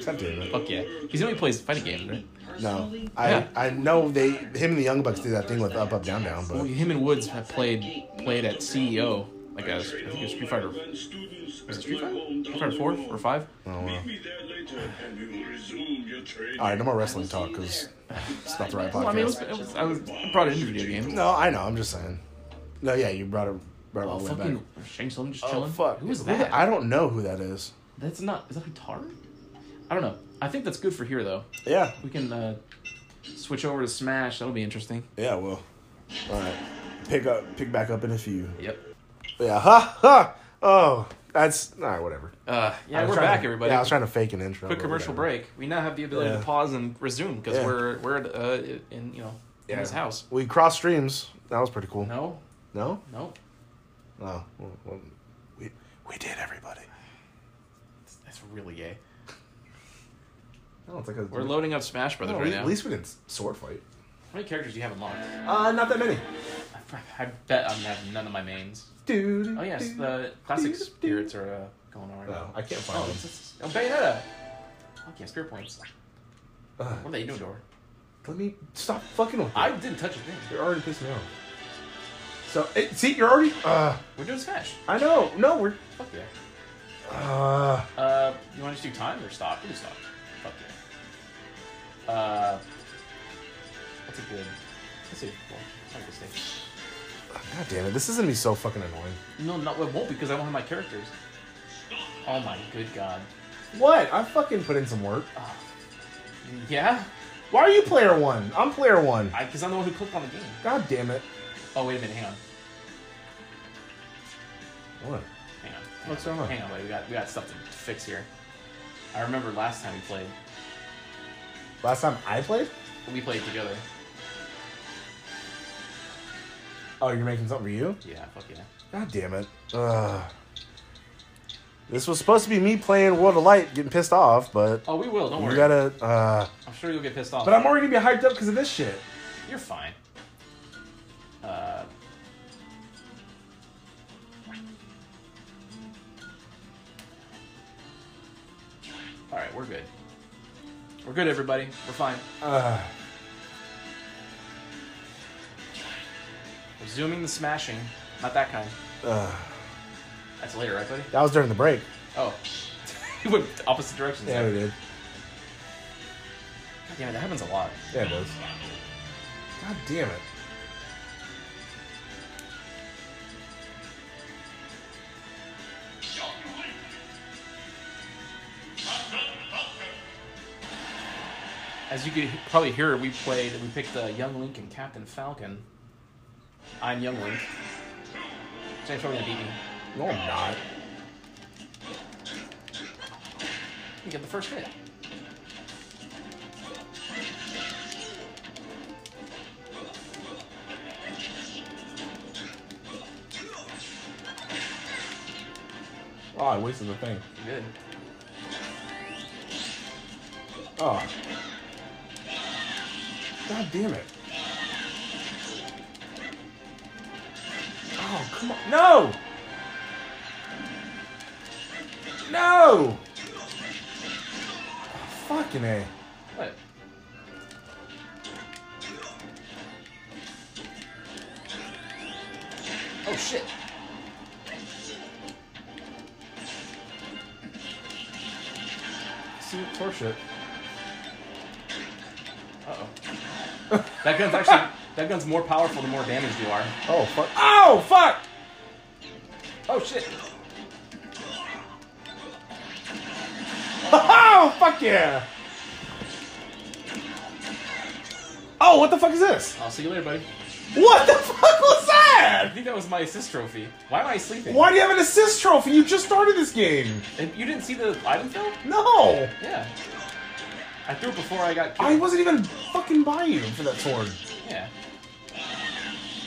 S2: God damn it.
S1: yeah. He's the only plays fighting games, right?
S2: no. I
S1: Yeah.
S2: I know they him and the Young Bucks did that thing with up up down down,
S1: Well,
S2: but
S1: him and Woods have played played at CEO, like a, I think it was Street Fighter. Was it Street Fighter? Street Fighter four or five?
S2: oh, well.
S4: Meet me there later, and we will resume your training.
S2: all right, no more wrestling talk because it's not the right podcast.
S1: Well, I mean, it was, it was, I was I brought it into video games.
S2: no, I know. I'm just saying. No, yeah, you brought it brought it all the way
S1: Oh,
S2: back.
S1: fucking Shane Sullivan just
S2: Oh
S1: chilling.
S2: fuck!
S1: Who is
S2: the-
S1: that?
S2: I don't know who that is.
S1: That's not. Is that Hitara? I don't know. I think that's good for here though.
S2: Yeah,
S1: We can uh, switch over to Smash. That'll be interesting.
S2: yeah, well, all right. Pick up, pick back up in a few.
S1: Yep.
S2: Yeah, ha ha. Oh, that's all right. Whatever.
S1: Uh,
S2: I
S1: yeah,
S2: was
S1: we're
S2: trying
S1: back,
S2: to-
S1: everybody.
S2: Yeah, I was trying to fake an intro.
S1: Quick
S2: but
S1: commercial
S2: whatever.
S1: break. We now have the ability
S2: Yeah.
S1: to pause and resume because
S2: Yeah.
S1: we're we're uh, in you know in
S2: Yeah.
S1: his house.
S2: We cross streams. That was pretty cool.
S1: No,
S2: No.
S1: no,
S2: No? Well, well, we we did everybody.
S1: that's really gay.
S2: No, it's like a,
S1: We're loading up Smash Brothers
S2: No,
S1: right
S2: we-
S1: now.
S2: At least we didn't sword fight.
S1: How many characters do you have unlocked?
S2: Uh, not that many.
S1: I, I bet I'm having none of my mains.
S2: Dude.
S1: Oh yes, the classic spirits are uh, going on right
S2: No,
S1: now.
S2: I can't find
S1: Oh,
S2: them.
S1: it's, it's, oh, Bayonetta. Fuck yeah, spirit points.
S2: Ugh,
S1: What are they doing, Dora?
S2: Uh, let me stop fucking with.
S1: I
S2: I.
S1: didn't touch a thing.
S2: You're already pissing me off. So it, see, you're already. Uh,
S1: We're doing Smash.
S2: I know. No, we're.
S1: Fuck yeah.
S2: Uh,
S1: Uh, you want to just do time or stop? We can stop. Fuck yeah. Uh, that's a good. That's a good. Well, that's a good stage.
S2: God damn it! This is gonna be so fucking annoying.
S1: No, no, it won't because I don't have my characters. Oh my good god.
S2: What? I fucking put in some work.
S1: Yeah,
S2: Why are you player one? I'm player one.
S1: I because I'm the one who clicked on the game.
S2: God damn it!
S1: Oh wait a minute, hang on,
S2: What?
S1: hang on. hang
S2: What's
S1: on,
S2: going on?
S1: Hang on, wait, we got we got stuff to fix here. I remember last time we played,
S2: Last time I played?
S1: we played together.
S2: Oh, you're making something for you?
S1: Yeah, fuck yeah.
S2: God damn it! Ugh. This was supposed to be me playing World of Light, getting pissed off, but
S1: Oh, we will. Don't
S2: we
S1: worry.
S2: gotta. Uh,
S1: I'm sure you'll get pissed off.
S2: but I'm already gonna be hyped up because of this shit.
S1: You're fine. Uh. All right, we're good. We're good, everybody. We're fine. Resuming the smashing. Not that kind.
S2: Uh,
S1: That's later, right, buddy?
S2: that was during the break.
S1: Oh. you went opposite directions.
S2: Yeah,
S1: there.
S2: we did.
S1: God damn it, that happens a lot.
S2: Yeah, it does. God damn it.
S1: As you could probably hear, we played, we picked uh, Young Link and Captain Falcon. I'm Young Link. James probably gonna beat me.
S2: No, I'm not.
S1: You get the first hit.
S2: Oh, I wasted the thing.
S1: You did.
S2: Oh. God damn it. Oh, come on. No! No! Oh, fucking A.
S1: What? Oh shit.
S2: See, torch it.
S1: Uh oh. that gun's actually that gun's more powerful the more damage you are.
S2: Oh, fuck. Oh, fuck!
S1: Oh shit.
S2: Oh, fuck yeah! Oh, what the fuck is this?
S1: I'll see you later, buddy.
S2: What the fuck was
S1: I
S2: that?
S1: think that was my assist trophy. Why am I sleeping?
S2: Why do you have an assist trophy? You just started this game.
S1: And You didn't see the item film?
S2: No!
S1: Yeah. I threw it before I got killed.
S2: I wasn't even fucking buying you for that sword.
S1: Yeah.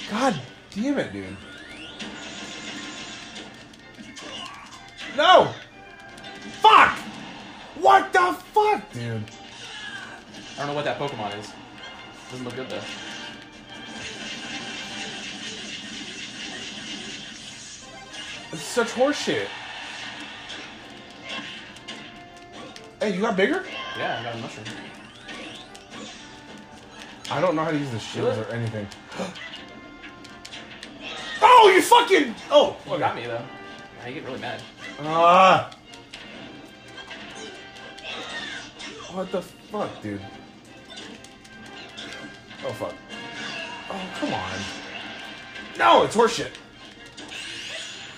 S2: God damn it, dude. No! Fuck! What the fuck, dude?
S1: I don't know what that Pokemon is. Doesn't look good though.
S2: It's such horseshit. Hey, you got bigger?
S1: Yeah, I got a mushroom.
S2: I don't know how to use the shields or anything. oh, you fucking! Oh,
S1: You got me though. Now you get really mad.
S2: Ah! what the fuck, dude? Oh fuck! Oh come on! No, it's horseshit.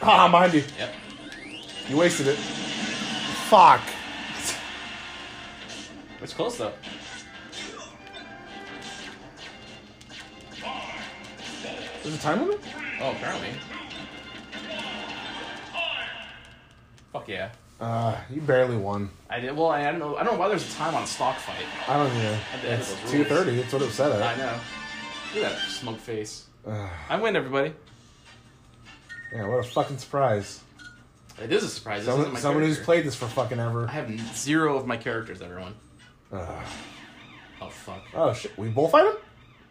S2: Ah, mind you,
S1: Yep.
S2: you wasted it. Fuck!
S1: It's close though.
S2: There's a time limit?
S1: Oh, apparently. Fuck yeah.
S2: Uh, you barely won.
S1: I did. Well, I don't know. I don't know why there's a time on a stock fight.
S2: I don't know.
S1: At the end of
S2: It's
S1: those
S2: two
S1: rules.
S2: thirty. That's what it said.
S1: I
S2: At.
S1: know. Look at that smug face.
S2: Uh,
S1: I win, everybody.
S2: yeah, what a fucking surprise!
S1: It is a surprise. This isn't
S2: Someone,
S1: my
S2: someone who's
S1: character.
S2: played this for fucking ever.
S1: I have zero of my characters. Everyone.
S2: Ugh.
S1: Oh fuck.
S2: oh shit! We bullfight him?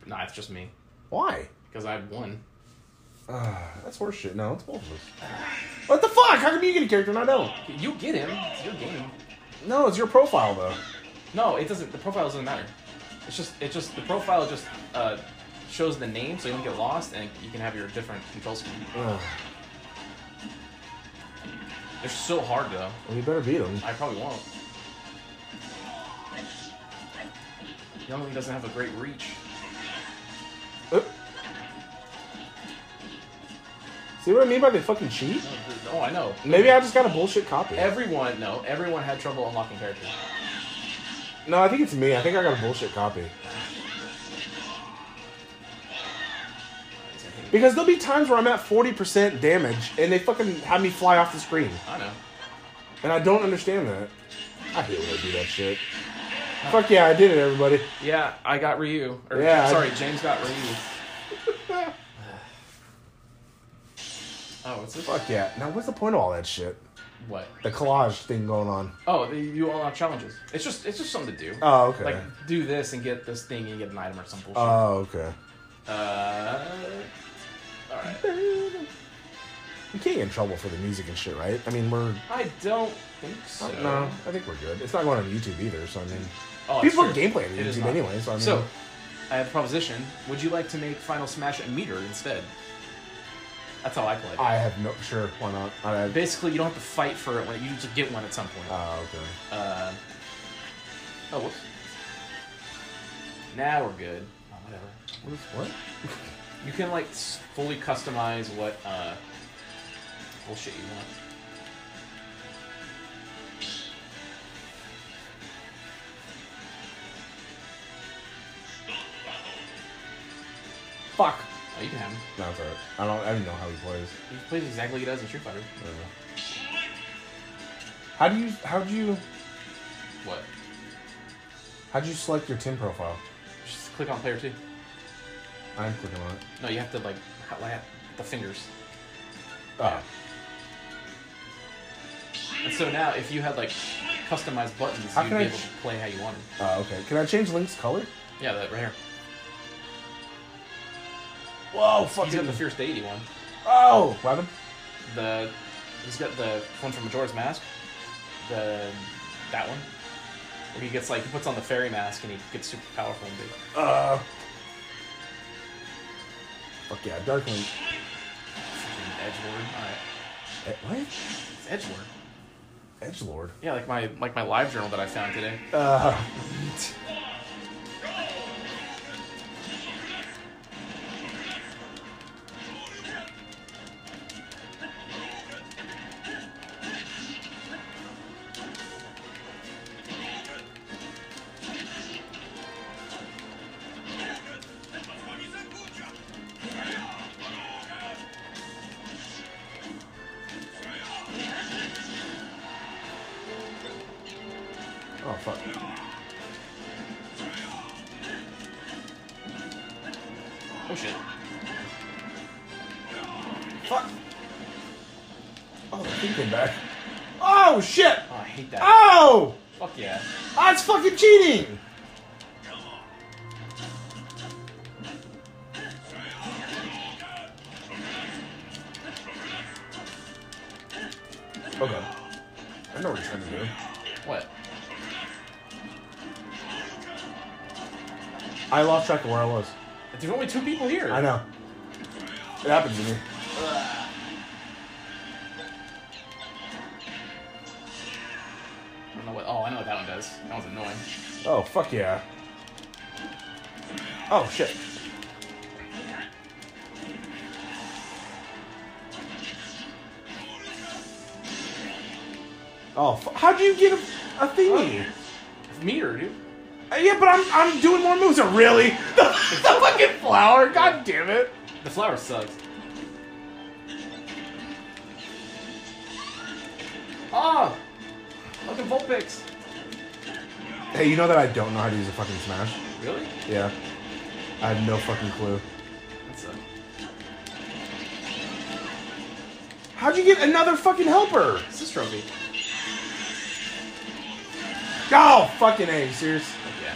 S1: Nah, it's just me
S2: Why?
S1: because I won.
S2: That's horseshit. No, it's both of us. What the fuck? How come you get a character and I don't?
S1: You get him. It's your game.
S2: No, it's your profile though.
S1: No, it doesn't. The profile doesn't matter. It's just. It just. The profile just uh, shows the name, so you don't get lost, and you can have your different control scheme.
S2: Ugh.
S1: They're so hard though.
S2: Well, you better beat him.
S1: I probably won't. Young Lee doesn't have a great reach.
S2: Oop. See what I mean by they fucking cheat?
S1: No, th- Oh, I know.
S2: Maybe I just got a bullshit copy.
S1: Everyone, no, everyone had trouble unlocking characters.
S2: No, I think it's me. I think I got a bullshit copy. Because there'll be times where I'm at 40% damage and they fucking have me fly off the screen.
S1: I know.
S2: And I don't understand that. I hate when they do that shit. Fuck yeah, I did it, everybody.
S1: Yeah, I got Ryu. Or,
S2: Yeah, I-
S1: sorry, James got Ryu. oh, what's this?
S2: Fuck yeah. Now, what's the point of all that shit?
S1: What?
S2: The collage thing going on.
S1: Oh, the, you unlock challenges. It's just, it's just something to do.
S2: Oh, okay.
S1: Like do this and get this thing and get an item or some bullshit.
S2: oh, okay.
S1: uh all right.
S2: We can't get in trouble for the music and shit, right? I mean, we're.
S1: I don't think so.
S2: Uh, No, I think we're good. It's not going on YouTube either, so I mean.
S1: Oh, it's
S2: People
S1: true.
S2: gameplay on
S1: It is
S2: YouTube
S1: not.
S2: anyway, so I mean,
S1: So, I have a proposition. Would you like to make Final Smash a meter instead? That's how I play.
S2: I have no sure why not. I, I,
S1: Basically, you don't have to fight for it when you just get one at some point.
S2: oh, okay.
S1: Uh, oh, whoops. Now we're good. Oh, whatever.
S2: What? what?
S1: You can like s- fully customize what uh, bullshit you want. Fuck. Oh, you can have him.
S2: No, it's alright. I don't. I don't know how he plays.
S1: He plays exactly like he does in Street Fighter.
S2: I don't know. How do you? How do you?
S1: What?
S2: How do you select your Tim profile?
S1: Just click on player two.
S2: I'm clicking on it.
S1: No, you have to like ha- like, the fingers.
S2: Oh,
S1: And so now, if you had like customized buttons,
S2: How
S1: you'd be
S2: can I
S1: able
S2: ch-
S1: to play how you wanted.
S2: oh, okay. Can I change Link's color?
S1: Yeah, that right here.
S2: Whoa,
S1: He's got
S2: fucking!
S1: the Fierce Deity one.
S2: oh, weapon.
S1: The he's got the one from Majora's Mask. The that one. Where he gets like he puts on the fairy mask and he gets super powerful and big.
S2: Uh. Fuck yeah, Dark Link.
S1: Fucking Edgelord. Alright.
S2: Eh, What?
S1: It's Edgelord.
S2: Edge Lord.
S1: Yeah, like my like my live journal that I found today.
S2: Uh. Oh fuck.
S1: Oh shit.
S2: Fuck. Oh, the thing came back. Oh shit!
S1: Oh, I hate that.
S2: Oh,
S1: Fuck yeah.
S2: that's fucking cheating. Okay. I know what you're trying to do.
S1: What?
S2: I lost track of where I was.
S1: There's only two people here.
S2: I know. It happened to me.
S1: I don't know what. Oh, I know what that one does. That one's annoying.
S2: Oh fuck yeah. Oh shit. Oh, fu- how'd you get a, a thingy?
S1: Meter, dude.
S2: Uh, yeah, but I'm I'm doing more moves. Really? The, the fucking flower. God damn it.
S1: The flower sucks. Oh! Look at Vulpix!
S2: Hey, you know that I don't know how to use a fucking smash.
S1: Really?
S2: Yeah. I have no fucking clue.
S1: That's a,
S2: How'd you get another fucking helper?
S1: it's this trophy.
S2: Oh, fucking A. You serious?
S1: Heck yeah.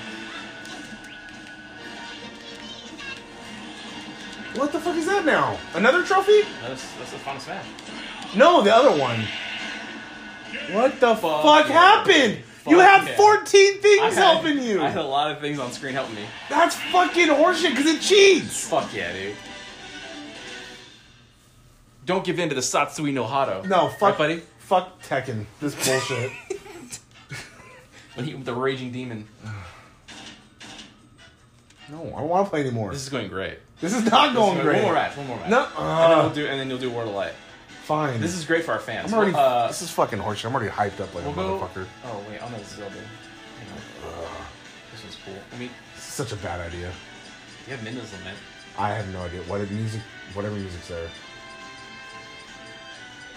S2: What the fuck is that now? Another trophy?
S1: That's, that's the final smash.
S2: No, the other one. What the fuck,
S1: Fuck yeah.
S2: happened?
S1: Fuck
S2: you had
S1: yeah.
S2: 14
S1: I
S2: things
S1: had-
S2: helping you.
S1: I had a lot of things on screen helping me.
S2: That's fucking horseshit because it cheats.
S1: Fuck yeah, dude. Don't give in to the Satsui no Hado.
S2: No, fuck,
S1: Right, buddy?
S2: Fuck Tekken. This bullshit.
S1: When he, the Raging Demon.
S2: no, I don't want to play anymore.
S1: This
S2: This,
S1: is going great.
S2: is not
S1: This is
S2: going great.
S1: One more match, one more match.
S2: No,
S1: and, then
S2: uh,
S1: we'll do, and then you'll do World of Light.
S2: fine.
S1: This is great for our fans.
S2: I'm already.
S1: We'll, uh,
S2: this is fucking horseshit. I'm already hyped up like
S1: We'll
S2: a
S1: go.
S2: motherfucker.
S1: Oh wait, oh no, this is Zelda. Hang on. This one's cool. I mean,
S2: Such a bad idea.
S1: you have Minda's Lament.
S2: I have no idea what it- music, whatever music's there.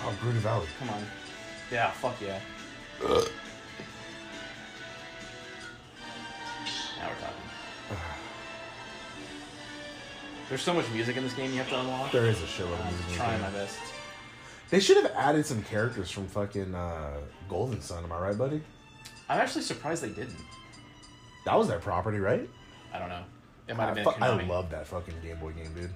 S2: Oh, Grudy Valley.
S1: Come on. Yeah, fuck yeah. now we're talking. There's so much music in this game you have to unlock.
S2: There is a shitload of
S1: I'm
S2: music. in the
S1: trying
S2: game.
S1: my best.
S2: They should have added some characters from fucking uh, Golden Sun. Am I right, buddy?
S1: I'm actually surprised they didn't.
S2: That was their property, right?
S1: I don't know. It might have
S2: I,
S1: been.
S2: fu- I
S1: Konami.
S2: love that fucking Game Boy game, dude.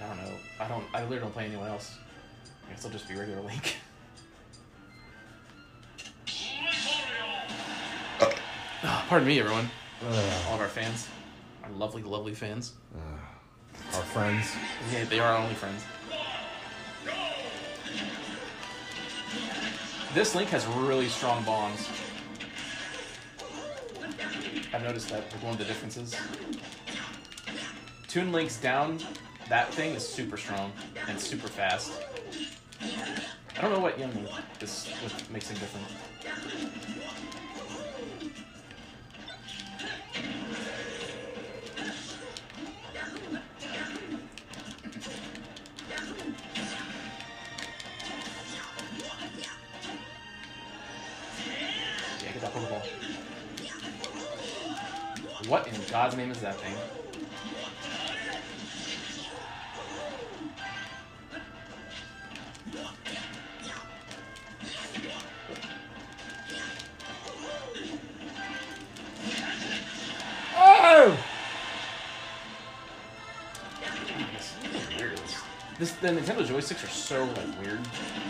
S1: I don't know. I don't. I literally don't play anyone else. I guess I'll just be regular Link. Uh, Pardon me, everyone. All of our fans, our lovely, lovely fans.
S2: Our friends.
S1: Yeah, they are our only friends. This Link has really strong bombs. I've noticed that with one of the differences. Toon Link's down, that thing is super strong and super fast. I don't know what Young Link is, what makes him different. Yeah, get that Pokeball. What in God's name is that thing? Oh! This, is weird. This- the Nintendo joysticks are so like weird.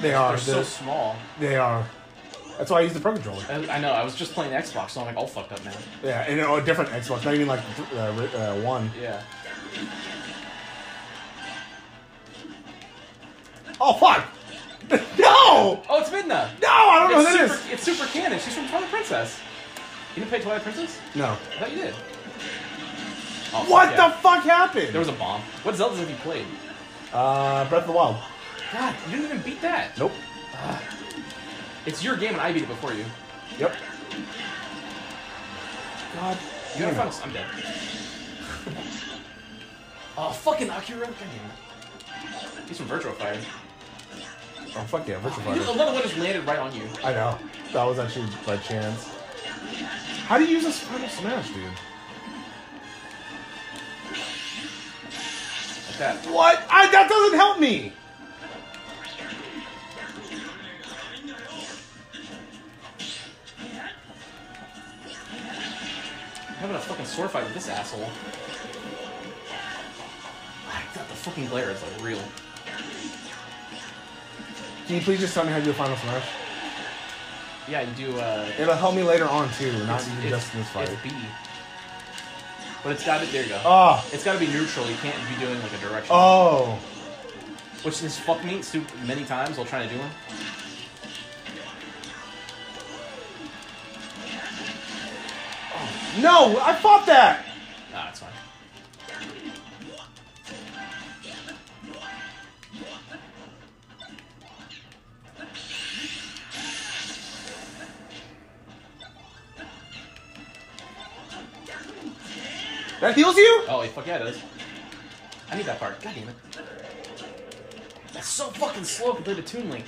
S2: They are.
S1: They're so
S2: They're-
S1: small.
S2: They are. That's why I use the Pro Controller.
S1: I, I know. I was just playing Xbox, so I'm like all fucked up now.
S2: Yeah, and oh, a different Xbox, not even like uh, uh, one.
S1: Yeah.
S2: Oh fuck! no!
S1: Oh, it's Midna.
S2: No, I don't know
S1: It's
S2: who that
S1: super,
S2: is.
S1: it's super canon. She's from Twilight Princess. You didn't play Twilight Princess?
S2: No.
S1: I thought you did. Oh,
S2: What
S1: yeah.
S2: the fuck happened?
S1: There was a bomb. What Zeldas have you played?
S2: uh, Breath of the Wild.
S1: God, you didn't even beat that.
S2: Nope.
S1: It's your game, and I beat it before you.
S2: Yep. God.
S1: You
S2: damn
S1: know,
S2: it.
S1: I'm I'm dead. oh, fucking Akira. God damn it. He's from Virtual Fire.
S2: Oh fuck yeah, Virtual
S1: You-
S2: Fighter.
S1: Another one just landed right on you.
S2: I know. That was actually by chance. How do you use this Final Smash, dude?
S1: Like that.
S2: What? I, that doesn't help me.
S1: I'm having a fucking sword fight with this asshole. God, the fucking glare is like real.
S2: Can you please just tell me how to do a Final Smash?
S1: Yeah, you do. Uh,
S2: It'll help me later on too, not
S1: it's-
S2: even
S1: it's-
S2: just in this fight.
S1: It's B. But it's got to There you go.
S2: Oh,
S1: It's got to be neutral. You can't be doing like a direction.
S2: oh,
S1: Which has fucked me so many times while trying to do one.
S2: no! I fought that.
S1: Nah, it's fine.
S2: That heals you?
S1: Oh, yeah, fuck yeah, it does. I need that part. God damn it. That's so fucking slow compared to Toon Link.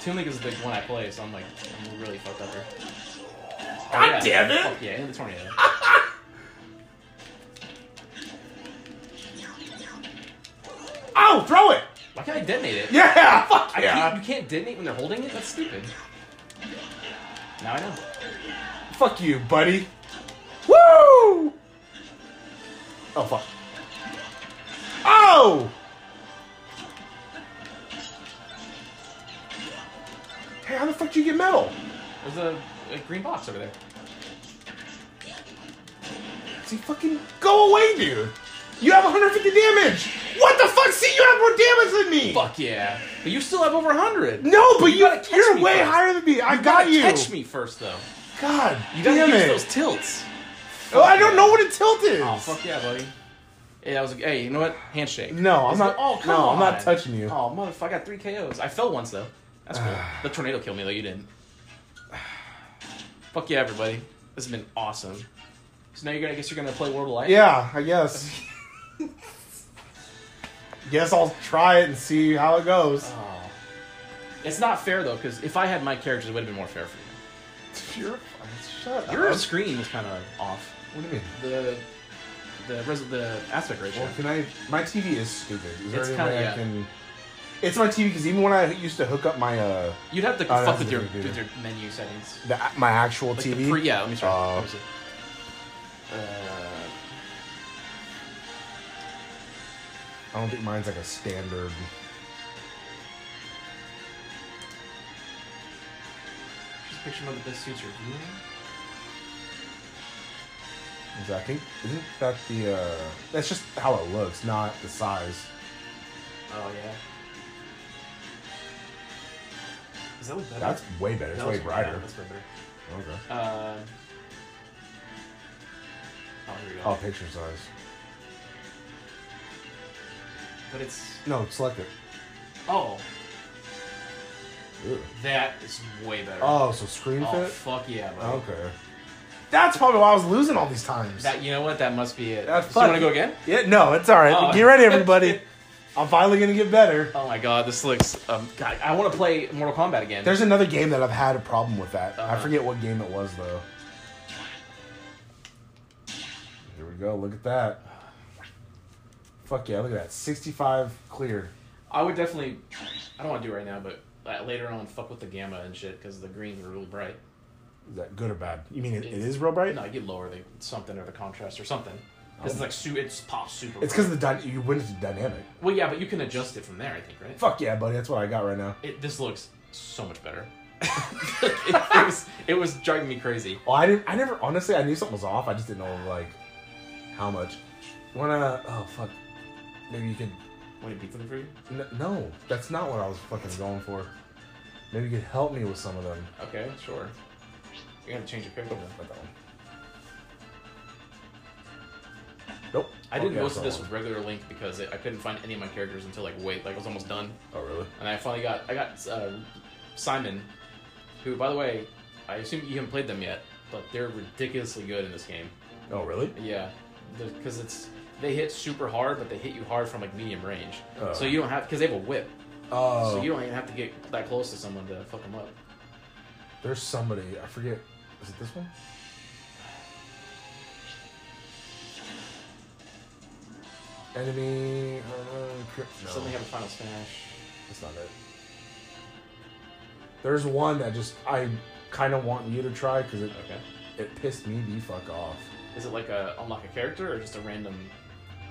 S1: Toon Link is the one I play, so I'm like, I'm really fucked up here. Oh,
S2: God
S1: yeah.
S2: damn it!
S1: Fuck yeah, and the tornado.
S2: Ow! Oh, Throw it!
S1: Why can't I detonate it?
S2: Yeah! Fuck
S1: I
S2: yeah!
S1: can't, you can't detonate when they're holding it? That's stupid. Now I know.
S2: Fuck you, buddy. Woo! Oh fuck. Oh! Hey, how the fuck do you get metal?
S1: There's a, a green box over there.
S2: See, fucking go away, dude. You have 150 damage. What the fuck? See, you have more damage than me.
S1: Fuck yeah. But you still have over 100.
S2: No, but you,
S1: gotta catch
S2: you're
S1: me
S2: way
S1: first.
S2: higher than me. I got
S1: gotta
S2: you.
S1: Catch me first, though.
S2: God,
S1: You gotta
S2: damn
S1: use
S2: it.
S1: those tilts.
S2: oh, I don't know what a tilt is.
S1: Oh fuck yeah, buddy. Hey, I was like, hey, you know what? Handshake.
S2: No, I'm
S1: It's
S2: not.
S1: like, oh come
S2: no,
S1: on.
S2: I'm not touching you.
S1: Oh motherfucker, I got three KOs. I fell once though. That's cool. the tornado killed me though. You didn't. fuck yeah, everybody. This has been awesome. So now you're gonna I guess you're gonna play World of Light.
S2: Yeah, I guess. guess I'll try it and see how it goes.
S1: Oh. It's not fair though, because if I had my characters, it would have been more fair for you.
S2: You're- shut up.
S1: Your screen was kind of off.
S2: What do you mean?
S1: The the res- the aspect ratio.
S2: Well, can I? My TV is stupid. Is there
S1: It's
S2: any
S1: kinda-
S2: way
S1: yeah.
S2: I can? It's my TV because even when I used to hook up my uh
S1: You'd have to
S2: Oh,
S1: fuck
S2: that's
S1: with your
S2: different,
S1: with
S2: yeah.
S1: your menu settings.
S2: the, my actual
S1: Like
S2: TV,
S1: The pre- yeah, let me try.
S2: Uh,
S1: Let me see. Uh,
S2: I don't think mine's like a standard.
S1: Just picture mode that best suits your viewing.
S2: Is that- I think isn't that the? Uh, that's just how it looks, not the size.
S1: Oh yeah. Does that look better?
S2: That's way better. It's
S1: That
S2: way
S1: looks- yeah,
S2: brighter.
S1: that's way
S2: Okay.
S1: better. Um. oh, here we go.
S2: Oh, picture size.
S1: But it's
S2: No, select it.
S1: oh,
S2: Ew.
S1: that is way better.
S2: Oh, so screen
S1: Oh,
S2: fit.
S1: fuck yeah, buddy.
S2: Okay. That's probably why I was losing all these times.
S1: That you know what? That must be it.
S2: That's
S1: Do you want to
S2: fucking-
S1: go again?
S2: yeah, no, it's all right.
S1: Oh.
S2: Get ready, everybody. I'm finally gonna get better.
S1: Oh my god, this looks. Um, god, I want to play Mortal Kombat again.
S2: There's another game that I've had a problem with that. I
S1: Uh-huh.
S2: forget what game it was though. Here we go. Look at that. Fuck yeah! Look at that. 65 clear.
S1: I would definitely. I don't want to do it right now, but uh, later on, fuck with the gamma and shit because the greens are really bright.
S2: Is that good or bad? You mean it, it is real bright?
S1: No, you lower the something or the contrast or something. Because it's like su- Oh. it's pop super.
S2: It's because the dy- you went into dynamic.
S1: well, yeah, but you can adjust it from there. I think, right?
S2: Fuck yeah, buddy. That's what I got right now.
S1: It, this looks so much better. it, was, it was driving me crazy.
S2: Well, Oh, I didn't. I never. Honestly, I knew something was off. I just didn't know like how much. You wanna? Oh fuck. Maybe you could.
S1: Would it be something for you?
S2: N- no, that's not what I was fucking going for. Maybe you could help me with some of them.
S1: Okay, sure. You gotta change your character. Then.
S2: Not that one. Nope.
S1: I did
S2: Okay,
S1: most of
S2: that's
S1: this
S2: all.
S1: with regular Link because it, I couldn't find any of my characters until like wait, like I was almost done,
S2: Oh really?
S1: and I finally got I got uh, Simon, who by the way, I assume you haven't played them yet, but they're ridiculously good in this game.
S2: Oh really?
S1: Yeah, because it's they hit super hard, but they hit you hard from like medium range,
S2: Oh.
S1: so you don't have because they have a whip,
S2: Oh.
S1: so you don't even have to get that close to someone to fuck them up.
S2: There's somebody. I forget. Is it this one? Enemy. Uh, cri- no.
S1: Suddenly have a final smash.
S2: That's not it. There's one that just I kind of want you to try because it
S1: Okay,
S2: it pissed me the fuck off.
S1: is it like a unlock a character or just a random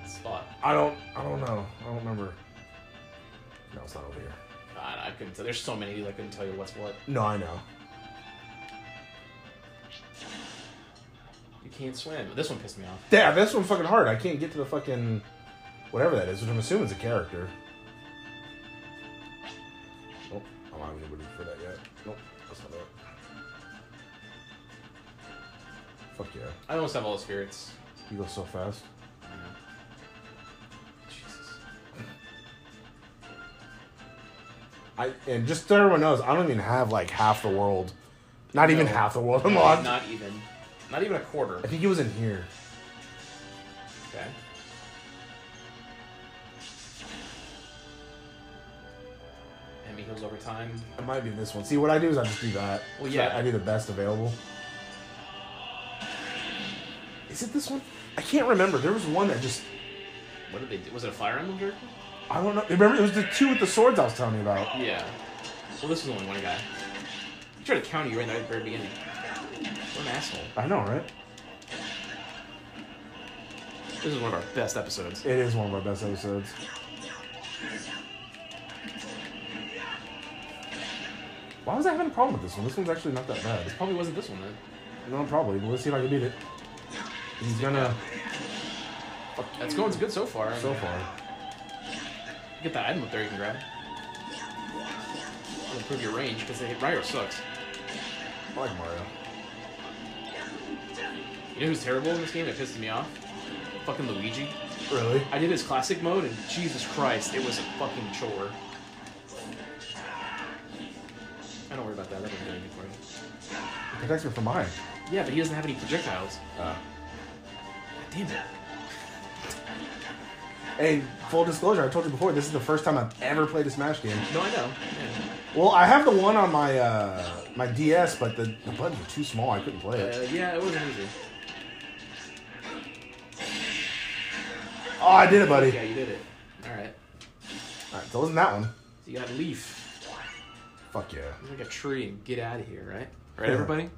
S1: spot?
S2: I don't I don't know. I don't remember. No, it's not over here.
S1: God, I couldn't. tell- There's so many. I couldn't tell you what's what.
S2: No, I know.
S1: You can't swim. This one pissed me off.
S2: Yeah, this one fucking hard. I can't get to the fucking whatever that is, which I'm assuming is a character. Nope, I'm not even ready for that yet. Nope, that's not it. Fuck yeah,
S1: I almost have all the spirits.
S2: you go so fast.
S1: I know. Jesus.
S2: I and just so everyone knows, I don't even have like half the world, not even
S1: No.
S2: half the world unlocked.
S1: Not even. Not even a quarter.
S2: I think it was in here.
S1: Okay. And he goes over time.
S2: It might be this one. See, what I do is I just do that.
S1: Well, yeah.
S2: I, I do the best available. Is it this one? I can't remember. There was one that just
S1: What did they do? Was it a fire emblem character?
S2: I don't know. Remember, it was the two with the swords I was telling you about.
S1: Yeah. Well, this is only one guy. He tried to counter you right at the very beginning. What an asshole.
S2: I know, right?
S1: This is one of our best episodes.
S2: It is one of our best episodes. Why was I having a problem with this one? This one's actually not that bad.
S1: Probably wasn't this one then.
S2: No, probably. But let's see if I can beat it. He's gonna
S1: That's going good so far.
S2: so far.
S1: Get that item up there you can grab. It'll improve your range because they hit Ryo sucks.
S2: I like Mario.
S1: You know who's terrible in this game? It pisses me off. Fucking Luigi.
S2: Really?
S1: I did his classic mode and Jesus Christ, it was a fucking chore. I don't worry about that. That doesn't do anything for you.
S2: It protects me from mine.
S1: Yeah, but he doesn't have any projectiles.
S2: Uh,
S1: God damn it.
S2: hey, full disclosure, I told you before, this is the first time I've ever played a Smash game.
S1: No, I know. Yeah.
S2: Well, I have the one on my uh, my DS, but the, the buttons were too small. I couldn't play it.
S1: Uh, yeah, it wasn't easy.
S2: Oh, I did it, buddy.
S1: Yeah, you did it. All right.
S2: All right, so it wasn't that one.
S1: So you got leaf.
S2: Fuck yeah.
S1: like a tree and get out of here, right? Right,
S2: Yeah.
S1: everybody?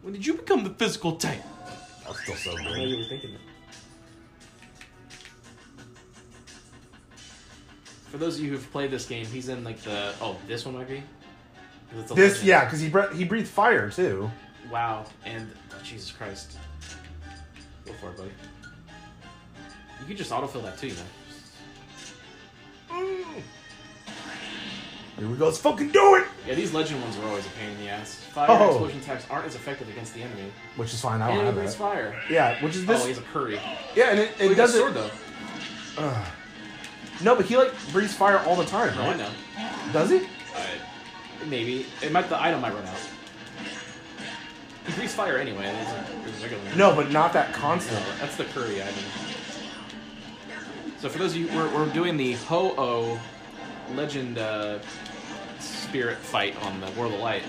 S1: When did you become the physical type?
S2: That's still so
S1: I know you
S2: good.
S1: were thinking that. For those of you who've played this game, he's in like the oh, this one might be. 'Cause it's a
S2: This,
S1: legend.
S2: yeah, because he bre- he breathed fire too.
S1: Wow, and oh, Jesus Christ, Go for it, buddy. You can just autofill that too, you know.
S2: Here we go. Let's fucking do it.
S1: Yeah, these legend ones are always a pain in the ass. Fire
S2: Oh.
S1: and explosion attacks aren't as effective against the enemy.
S2: Which is fine. I
S1: And
S2: don't
S1: it
S2: have
S1: breathes
S2: that.
S1: fire.
S2: Yeah, which is
S1: oh,
S2: this.
S1: he's a curry.
S2: yeah, and it,
S1: Oh,
S2: it
S1: he got a
S2: does
S1: sword
S2: it.
S1: though.
S2: No, but he like breathes fire all the time,
S1: No, I
S2: right?
S1: know.
S2: Does he?
S1: Maybe it might. The item might run out. He breathes fire anyway. and It's, it's regular.
S2: No, but not that constant.
S1: No, that's the curry item. So for those of you, we're, we're doing the Ho-Oh legend uh, spirit fight on the World of Light.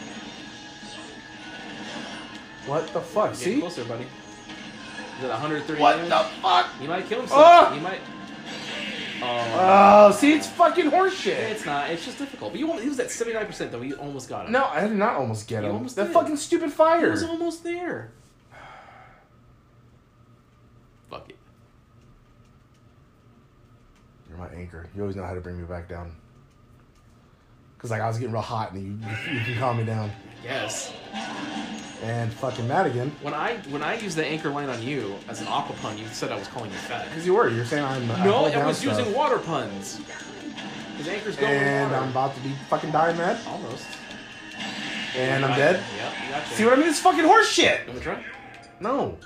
S2: What the fuck?
S1: Get
S2: See?
S1: closer, buddy. Is it 130
S2: What
S1: damage?
S2: the fuck?
S1: He might kill himself.
S2: Ah!
S1: He might. Oh.
S2: Oh, see, it's fucking horseshit.
S1: It's not. It's just difficult. But you almost, he was at 79% though. You almost got him.
S2: No, I did not almost get
S1: You
S2: him.
S1: almost
S2: that
S1: did.
S2: fucking stupid
S1: He
S2: fire.
S1: was almost there. Fuck it.
S2: You're my anchor. You always know how to bring me back down. Cause like I was getting real hot, and you you can calm me down.
S1: Yes.
S2: And fucking Madigan,
S1: When I when I used the anchor line on you as an aqua pun, you said I was calling you fat.
S2: because you were, you're saying I'm I
S1: No,
S2: hold
S1: I
S2: down
S1: was
S2: stuff.
S1: using water puns. His anchor's going
S2: And
S1: in water.
S2: I'm about to be fucking dying mad,
S1: Almost.
S2: and I'm
S1: Got
S2: dead.
S1: you. Yep, you gotcha.
S2: See what I mean? It's fucking horseshit.
S1: You wanna try?
S2: No,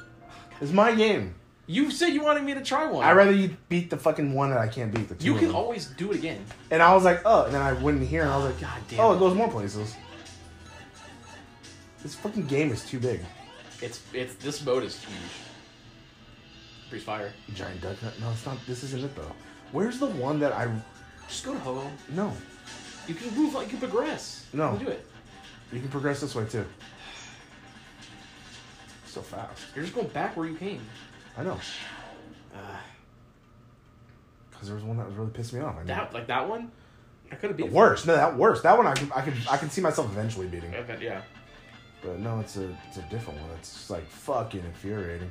S2: it's my game.
S1: You said you wanted me to try one.
S2: I'd rather you beat the fucking one that I can't beat. The two
S1: You
S2: of
S1: can
S2: them.
S1: always do it again.
S2: And I was like, oh, and then I went in here and I was like,
S1: God damn
S2: oh,
S1: it.
S2: it goes more places. This fucking game is too big.
S1: It's it's this mode is huge. Freeze fire.
S2: Giant duck. nut- No, it's not. This isn't it though. Where's the one that I?
S1: Just go to Ho.
S2: No,
S1: You can move. on- You can progress.
S2: No.
S1: You can do it.
S2: you can progress this way too. So fast.
S1: You're just going back where you came.
S2: I know. Because there was one that was really pissed me off. I mean,
S1: That like that one. I could have
S2: the
S1: beat. it.
S2: worst. No, that worst. That one I can, I can, I can see myself eventually beating.
S1: Okay. Yeah.
S2: But no, it's a, it's a different one. It's just like fucking infuriating.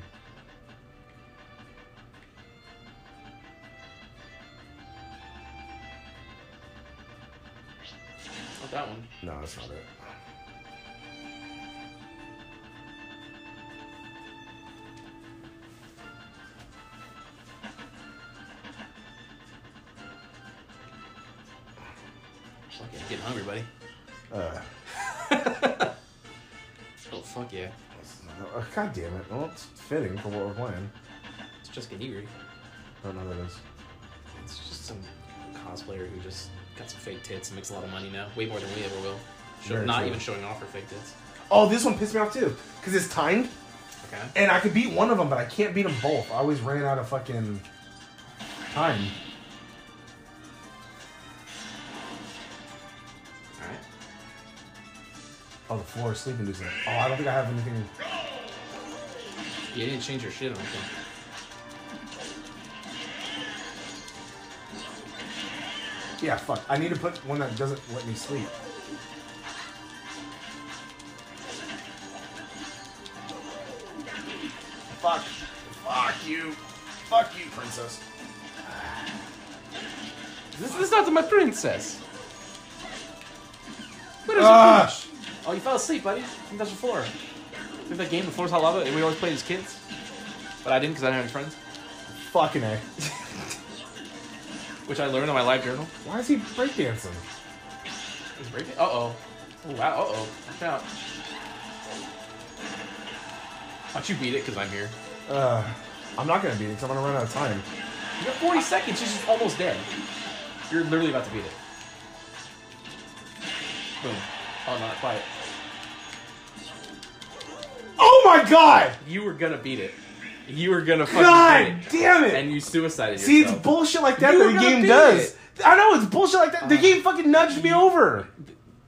S1: Not that one.
S2: No, that's not it.
S1: Fuck yeah. Getting hungry, buddy.
S2: Uh,
S1: Oh fuck yeah.
S2: it's not- oh, God damn it. Well, it's fitting for what we're playing.
S1: It's just getting hungry.
S2: Oh, no, that is.
S1: It's just some cosplayer who just got some fake tits and makes a lot of money now. Way more than we ever will. Show,
S2: Very
S1: not
S2: true.
S1: even showing off her fake tits.
S2: Oh, this one pissed me off too. Because it's timed,
S1: Okay.
S2: and I could beat one of them, but I can't beat them both. I always ran out of fucking time.
S1: Alright.
S2: Oh, the floor is sleep inducing. Oh, I don't think I have anything.
S1: You didn't change your shit, I don't think.
S2: Yeah, fuck. I need to put one that doesn't let me sleep. Fuck. Fuck you. Fuck you, princess.
S1: This, this is not my princess. Where is your
S2: Ah!
S1: Oh, you fell asleep, buddy. From the floor. Remember that game, The Floor's Hot Lava, that we always played as kids? But I didn't because I didn't have any friends.
S2: Fucking A.
S1: Which I learned in my live journal.
S2: Why is he breakdancing?
S1: It's breaking. Uh oh. Oh, wow. Uh oh. Watch out. Why'd you beat it? Because I'm here.
S2: Uh, I'm not gonna beat it 'cause I'm gonna run out of time.
S1: You got 40 seconds. She's just almost dead. You're literally about to beat it. Boom. Oh, not quite.
S2: Oh my god!
S1: You were gonna beat it. You were gonna fucking
S2: God
S1: beat it.
S2: damn it!
S1: And you suicided
S2: See, it's
S1: yourself.
S2: bullshit like that
S1: You
S2: that
S1: were
S2: the
S1: gonna
S2: game
S1: beat
S2: does.
S1: it.
S2: I know it's bullshit like that. The game fucking nudged me over.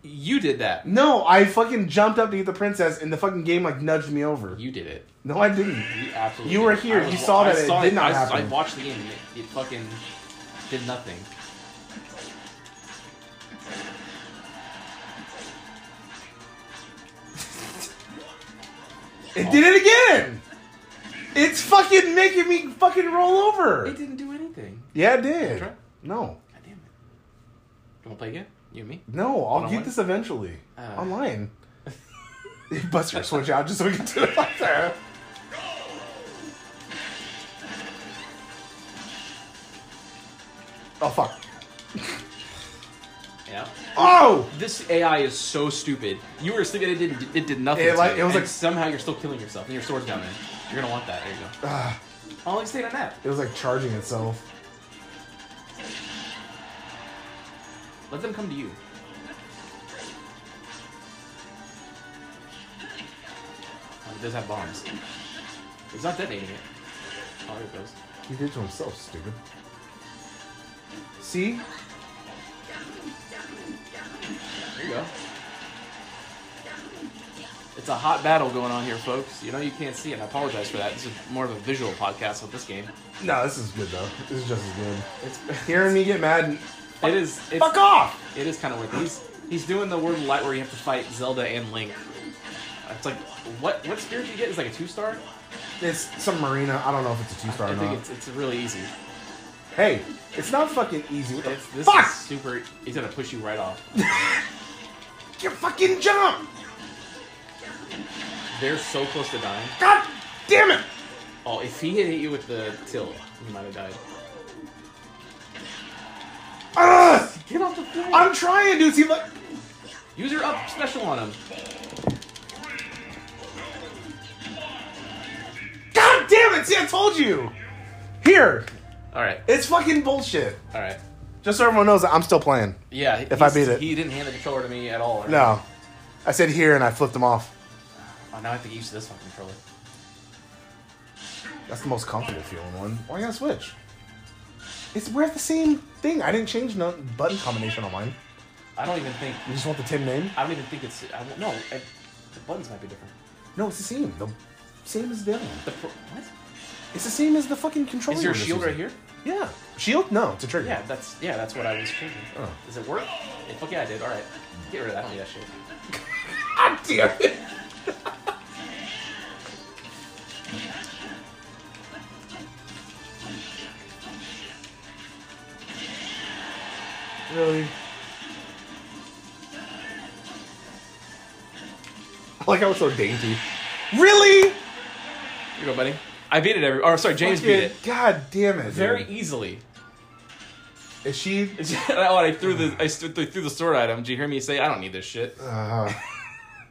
S1: you did that.
S2: No, I fucking jumped up to get the princess, and the fucking game like nudged me over.
S1: You did it.
S2: No, I didn't.
S1: You absolutely.
S2: You were
S1: did it.
S2: here.
S1: I
S2: You saw
S1: I
S2: that it did not
S1: I, I
S2: happen.
S1: watched the game. And it, it fucking did nothing.
S2: It did it again. It's fucking making me fucking roll over.
S1: It didn't do anything.
S2: Yeah, it did.
S1: Try.
S2: No,
S1: God damn it. You wanna play again? You and me?
S2: no, I'll
S1: Online?
S2: get this eventually.
S1: Uh.
S2: Online. Bust your switch out just so we can do it like that. Oh fuck.
S1: Yeah.
S2: Oh.
S1: This AI is so stupid. You were sleeping. It did. It did nothing.
S2: It
S1: to
S2: like-
S1: you,
S2: it was
S1: and
S2: like-
S1: somehow you're still killing yourself, and your sword's down there. You're gonna want that. There you go. I'll like stay on that.
S2: It was like charging itself.
S1: Let them come to you. Oh, It does have bombs. It's not detonating it. Oh, there it goes.
S2: He did it to himself, stupid. See?
S1: There you go. It's a hot battle going on here, folks. You know you can't see it. and I apologize for that. This is more of a visual podcast with this game.
S2: No, this is good though. This is just as good.
S1: It's
S2: Hearing me get mad. And,
S1: it is it's,
S2: fuck off.
S1: It is kind of weird. He's he's doing the word light where you have to fight Zelda and Link. It's like what what spirit do you get? It's like a two star.
S2: It's some marina. I don't know if it's a two star
S1: I
S2: or
S1: think
S2: not.
S1: it's it's really easy.
S2: hey, it's not fucking easy. What the
S1: It's, this
S2: fuck?
S1: is super. He's gonna push you right off.
S2: You fucking jump!
S1: They're so close to dying.
S2: God damn it!
S1: Oh, if he had hit you with the tilt, you might have died.
S2: Ugh!
S1: Get off the floor.
S2: I'm trying, dude. See, look.
S1: Use your up special on him.
S2: God damn it! See, I told you. Here,
S1: All right.
S2: it's fucking bullshit.
S1: All right.
S2: Just so everyone knows, that I'm still playing.
S1: Yeah.
S2: If I
S1: he's-
S2: beat it.
S1: he didn't hand the controller to me at all. right?
S2: No, I said here, and I flipped them off.
S1: Oh, now I have to use this one controller.
S2: That's the most comfortable feeling one. Why you gotta switch? It's we're at the same thing. I didn't change no button combination on mine.
S1: I don't even think.
S2: You just want the Tim name?
S1: I don't even think it's. I don't, no, I, the buttons might be different.
S2: No, it's the same. The same as the other one.
S1: The pro, what?
S2: It's the same as the fucking controller.
S1: Is your
S2: you're
S1: shield right
S2: using.
S1: here?
S2: Yeah. Shield? No, it's a trigger.
S1: Yeah, that's yeah, that's what I was thinking.
S2: Oh.
S1: Does it work? Yeah, fuck yeah, I did. All right, get rid of that. I don't need that shit.
S2: God damn it. really? I like how it's so dainty. Really?
S1: Here you go, buddy. I beat it. Every or sorry, James beat it
S2: God damn it. dude.
S1: very e- easily.
S2: Is she.
S1: oh, and I threw the I st- threw the sword at him. Did you hear me say I don't need this shit?
S2: Uh,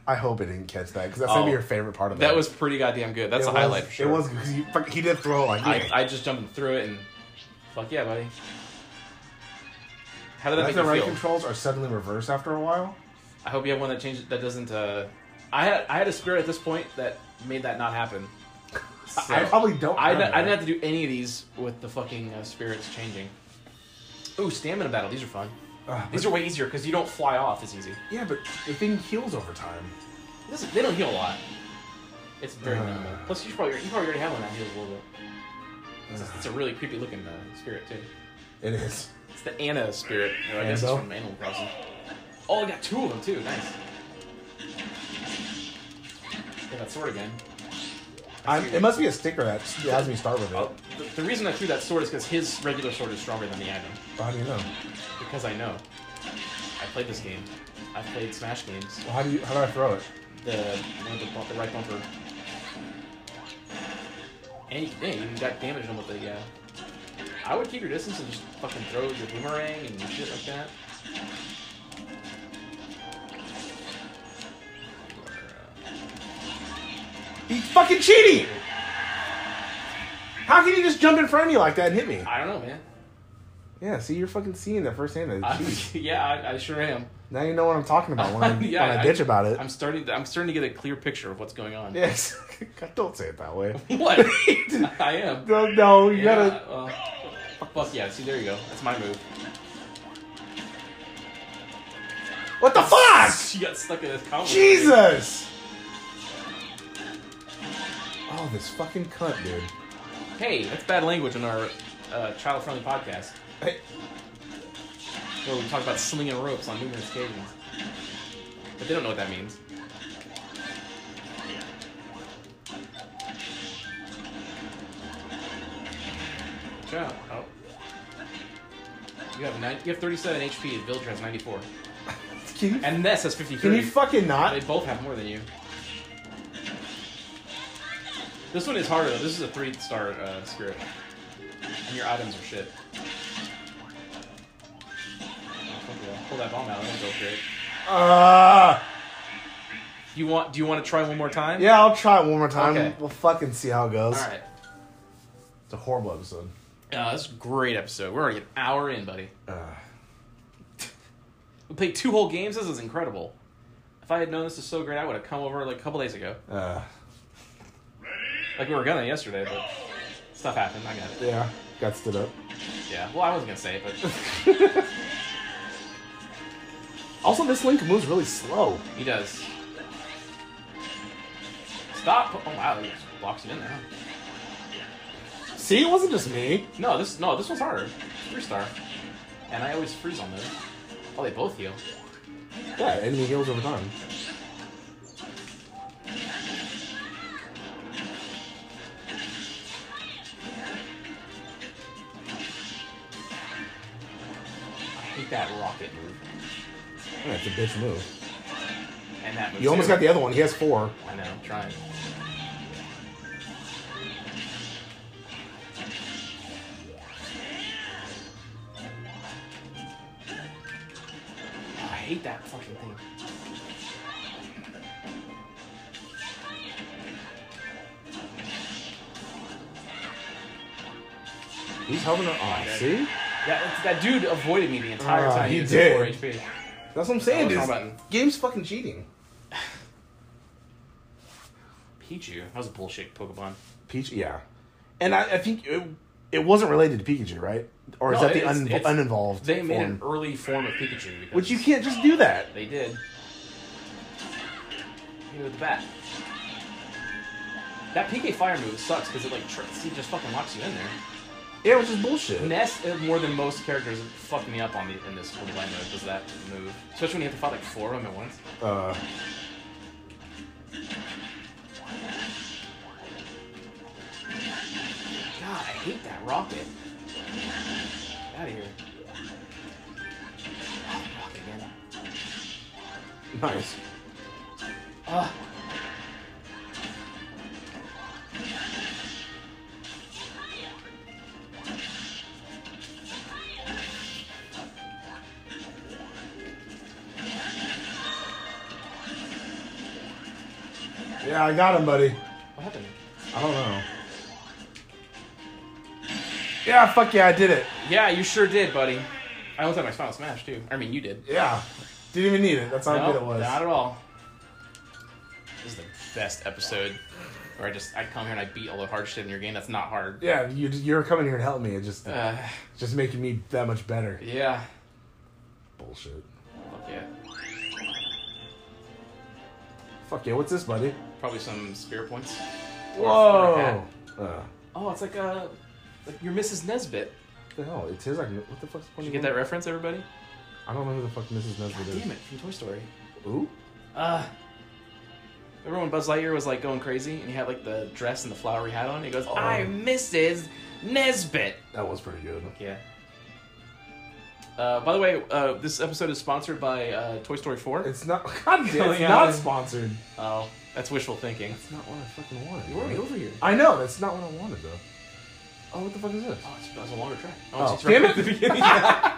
S2: I hope it didn't catch that because that's gonna be
S1: Oh.
S2: your favorite part of it.
S1: That was pretty goddamn good. That's
S2: It
S1: a
S2: was-
S1: highlight for sure.
S2: It was because he, fuck- he did throw like.
S1: I, I just jumped through it and fuck yeah, buddy. How did that
S2: Left
S1: make
S2: and
S1: you
S2: right
S1: feel?
S2: controls are suddenly reversed after a while.
S1: I hope you have one that changes that doesn't. Uh, I had I had a spirit at this point that made that not happen. So-
S2: I probably don't.
S1: I,
S2: remember.
S1: I didn't have to do any of these with the fucking uh, spirits changing. Ooh, stamina battle. These are fun.
S2: Ugh,
S1: These
S2: but-
S1: are way easier because you don't fly off as easy.
S2: yeah, but the thing heals over time.
S1: This is- they don't heal a lot. It's very
S2: Uh.
S1: minimal. Plus, you should probably you probably already have one that heals a little bit. It's, just- it's a really creepy looking uh, spirit too.
S2: It is.
S1: It's the Anna spirit. Or I guess it's
S2: Annabelle?
S1: from Animal Crossing. Oh, I got two of them too. Nice. Yeah, that sword again.
S2: I'm, it must be a sticker that has me start with it.
S1: Oh, the, the reason I threw that sword is because his regular sword is stronger than the item.
S2: How do you know?
S1: Because I know. I played this game. I played Smash games.
S2: Well, how do you? How do I throw it?
S1: The one with the, bump, the right bumper. And you, yeah, you even got damaged on with the. Uh, I would keep your distance and just fucking throw your boomerang and shit like that.
S2: He's fucking cheating. How can you just jump in front of me like that and hit me?
S1: I don't know, man.
S2: Yeah, see, you're fucking seeing that firsthand. that
S1: I,
S2: it's cheating.
S1: yeah, I, I sure am.
S2: now you know what I'm talking about when, I'm,
S1: Yeah,
S2: when I, bitch about it.
S1: I'm starting. To, I'm starting to get a clear picture of what's going on.
S2: yes. God, don't say it that way.
S1: What? I am.
S2: No, no, you
S1: Yeah,
S2: gotta.
S1: well, fuck yeah. See, there you go. That's my move.
S2: What the fuck?
S1: She got stuck in this combo.
S2: Jesus! Oh, this fucking cunt, dude.
S1: Hey, that's bad language on our uh, child-friendly podcast
S2: Hey,
S1: where we talk about slinging ropes on numerous occasions. But they don't know what that means. Good job. Oh. You have nine, you have 37 HP and Viltra has 94.
S2: can you,
S1: And Ness has 53.
S2: can you fucking
S1: They
S2: not?
S1: both have more than you. This one is harder though. This is a three-star uh, spirit, and your items are shit. pull that bomb out. That'll go great.
S2: Ah.
S1: You want? Do you want to try one more time?
S2: yeah, I'll try it one more time.
S1: Okay.
S2: We'll fucking see how it
S1: All
S2: goes.
S1: right.
S2: It's a horrible episode.
S1: Uh, this is a great episode. We're already an hour in, buddy.
S2: Uh,
S1: We played two whole games. This is incredible. If I had known this was so great, I would have come over like a couple days ago.
S2: uh,
S1: Like we were gonna yesterday, but stuff happened. I got it.
S2: yeah, got stood up.
S1: Yeah. Well, I wasn't gonna say it, but also this
S2: Link moves really slow.
S1: he does. Stop! Oh wow, he just blocks you in there.
S2: See, it wasn't just me.
S1: No, this no, this one's harder. Three star. And I always freeze on those. Oh, they both heal.
S2: Yeah, enemy heals over time.
S1: I hate that rocket move.
S2: Yeah, it's a bitch move.
S1: And that move.
S2: You almost
S1: too.
S2: got the other one. He has four.
S1: I know, I'm trying. I hate that fucking thing.
S2: He's helping her. Oh, see?
S1: That, that dude avoided me the entire
S2: Ah,
S1: time.
S2: he
S1: was
S2: did.
S1: at 4 HP.
S2: That's what I'm saying.
S1: That was
S2: dude.
S1: wrong button.
S2: game's fucking cheating.
S1: Pichu. That was a bullshit Pokemon.
S2: Peach, yeah. And I, I think it, it wasn't related to Pikachu, right? Or is
S1: No,
S2: that the
S1: it's-
S2: un,
S1: it's-
S2: uninvolved?
S1: They made an
S2: form?
S1: early form of Pikachu. Because
S2: Which you can't just do that.
S1: They did. Hit it with the bat. That PK fire move sucks because it like tricks. He just fucking locks you in there.
S2: Yeah, which is bullshit.
S1: Ness uh, more than most characters fucked me up on the in this whole blind mode does that move, especially when you have to fight like four of them at once.
S2: Uh,
S1: God, I hate that rocket. Get out of here. Oh, rocket again.
S2: nice.
S1: Ugh.
S2: Yeah, I got him, buddy.
S1: What happened?
S2: I don't know. Yeah, fuck yeah, I did it.
S1: Yeah, you sure did, buddy. I almost had my final smash too. I mean, you did.
S2: Yeah. Didn't even need it. That's how
S1: No,
S2: good it was.
S1: Not at all. This is the best episode where I just I come here and I beat all the hard shit in your game. That's not hard.
S2: yeah, you, you're coming here to help me. It just,
S1: Uh,
S2: just making me that much better.
S1: yeah.
S2: Bullshit.
S1: Fuck yeah.
S2: Fuck yeah, what's this, buddy?
S1: Probably some spear points. Or- or a
S2: Whoa.
S1: hat.
S2: Uh,
S1: Oh, it's like a like your Mrs. Nesbit.
S2: the hell? It tastes like. What the fuck's the point
S1: Did
S2: of
S1: you get
S2: going-
S1: that reference, everybody?
S2: I don't know who the fuck Mrs.
S1: God
S2: Nesbitt Mm-hmm. is.
S1: damn it! From Toy Story.
S2: Ooh?
S1: Uh. Remember when Buzz Lightyear was like going crazy and he had like the dress and the flowery hat on? He
S2: Oh.
S1: goes, "I'm Mrs. Nesbit."
S2: That was pretty good.
S1: Yeah. Uh, by the way, uh, this episode is sponsored by uh, Toy Story 4.
S2: It's not. God damn, it's
S1: Yeah.
S2: not sponsored.
S1: Oh, that's wishful thinking.
S2: It's not what I fucking wanted.
S1: We're already
S2: man.
S1: over here.
S2: I know, that's not what I wanted, though. Oh, what the fuck is this?
S1: Oh, it's, that was a longer track.
S2: Oh,
S1: it's right
S2: damn
S1: at the beginning. Yeah.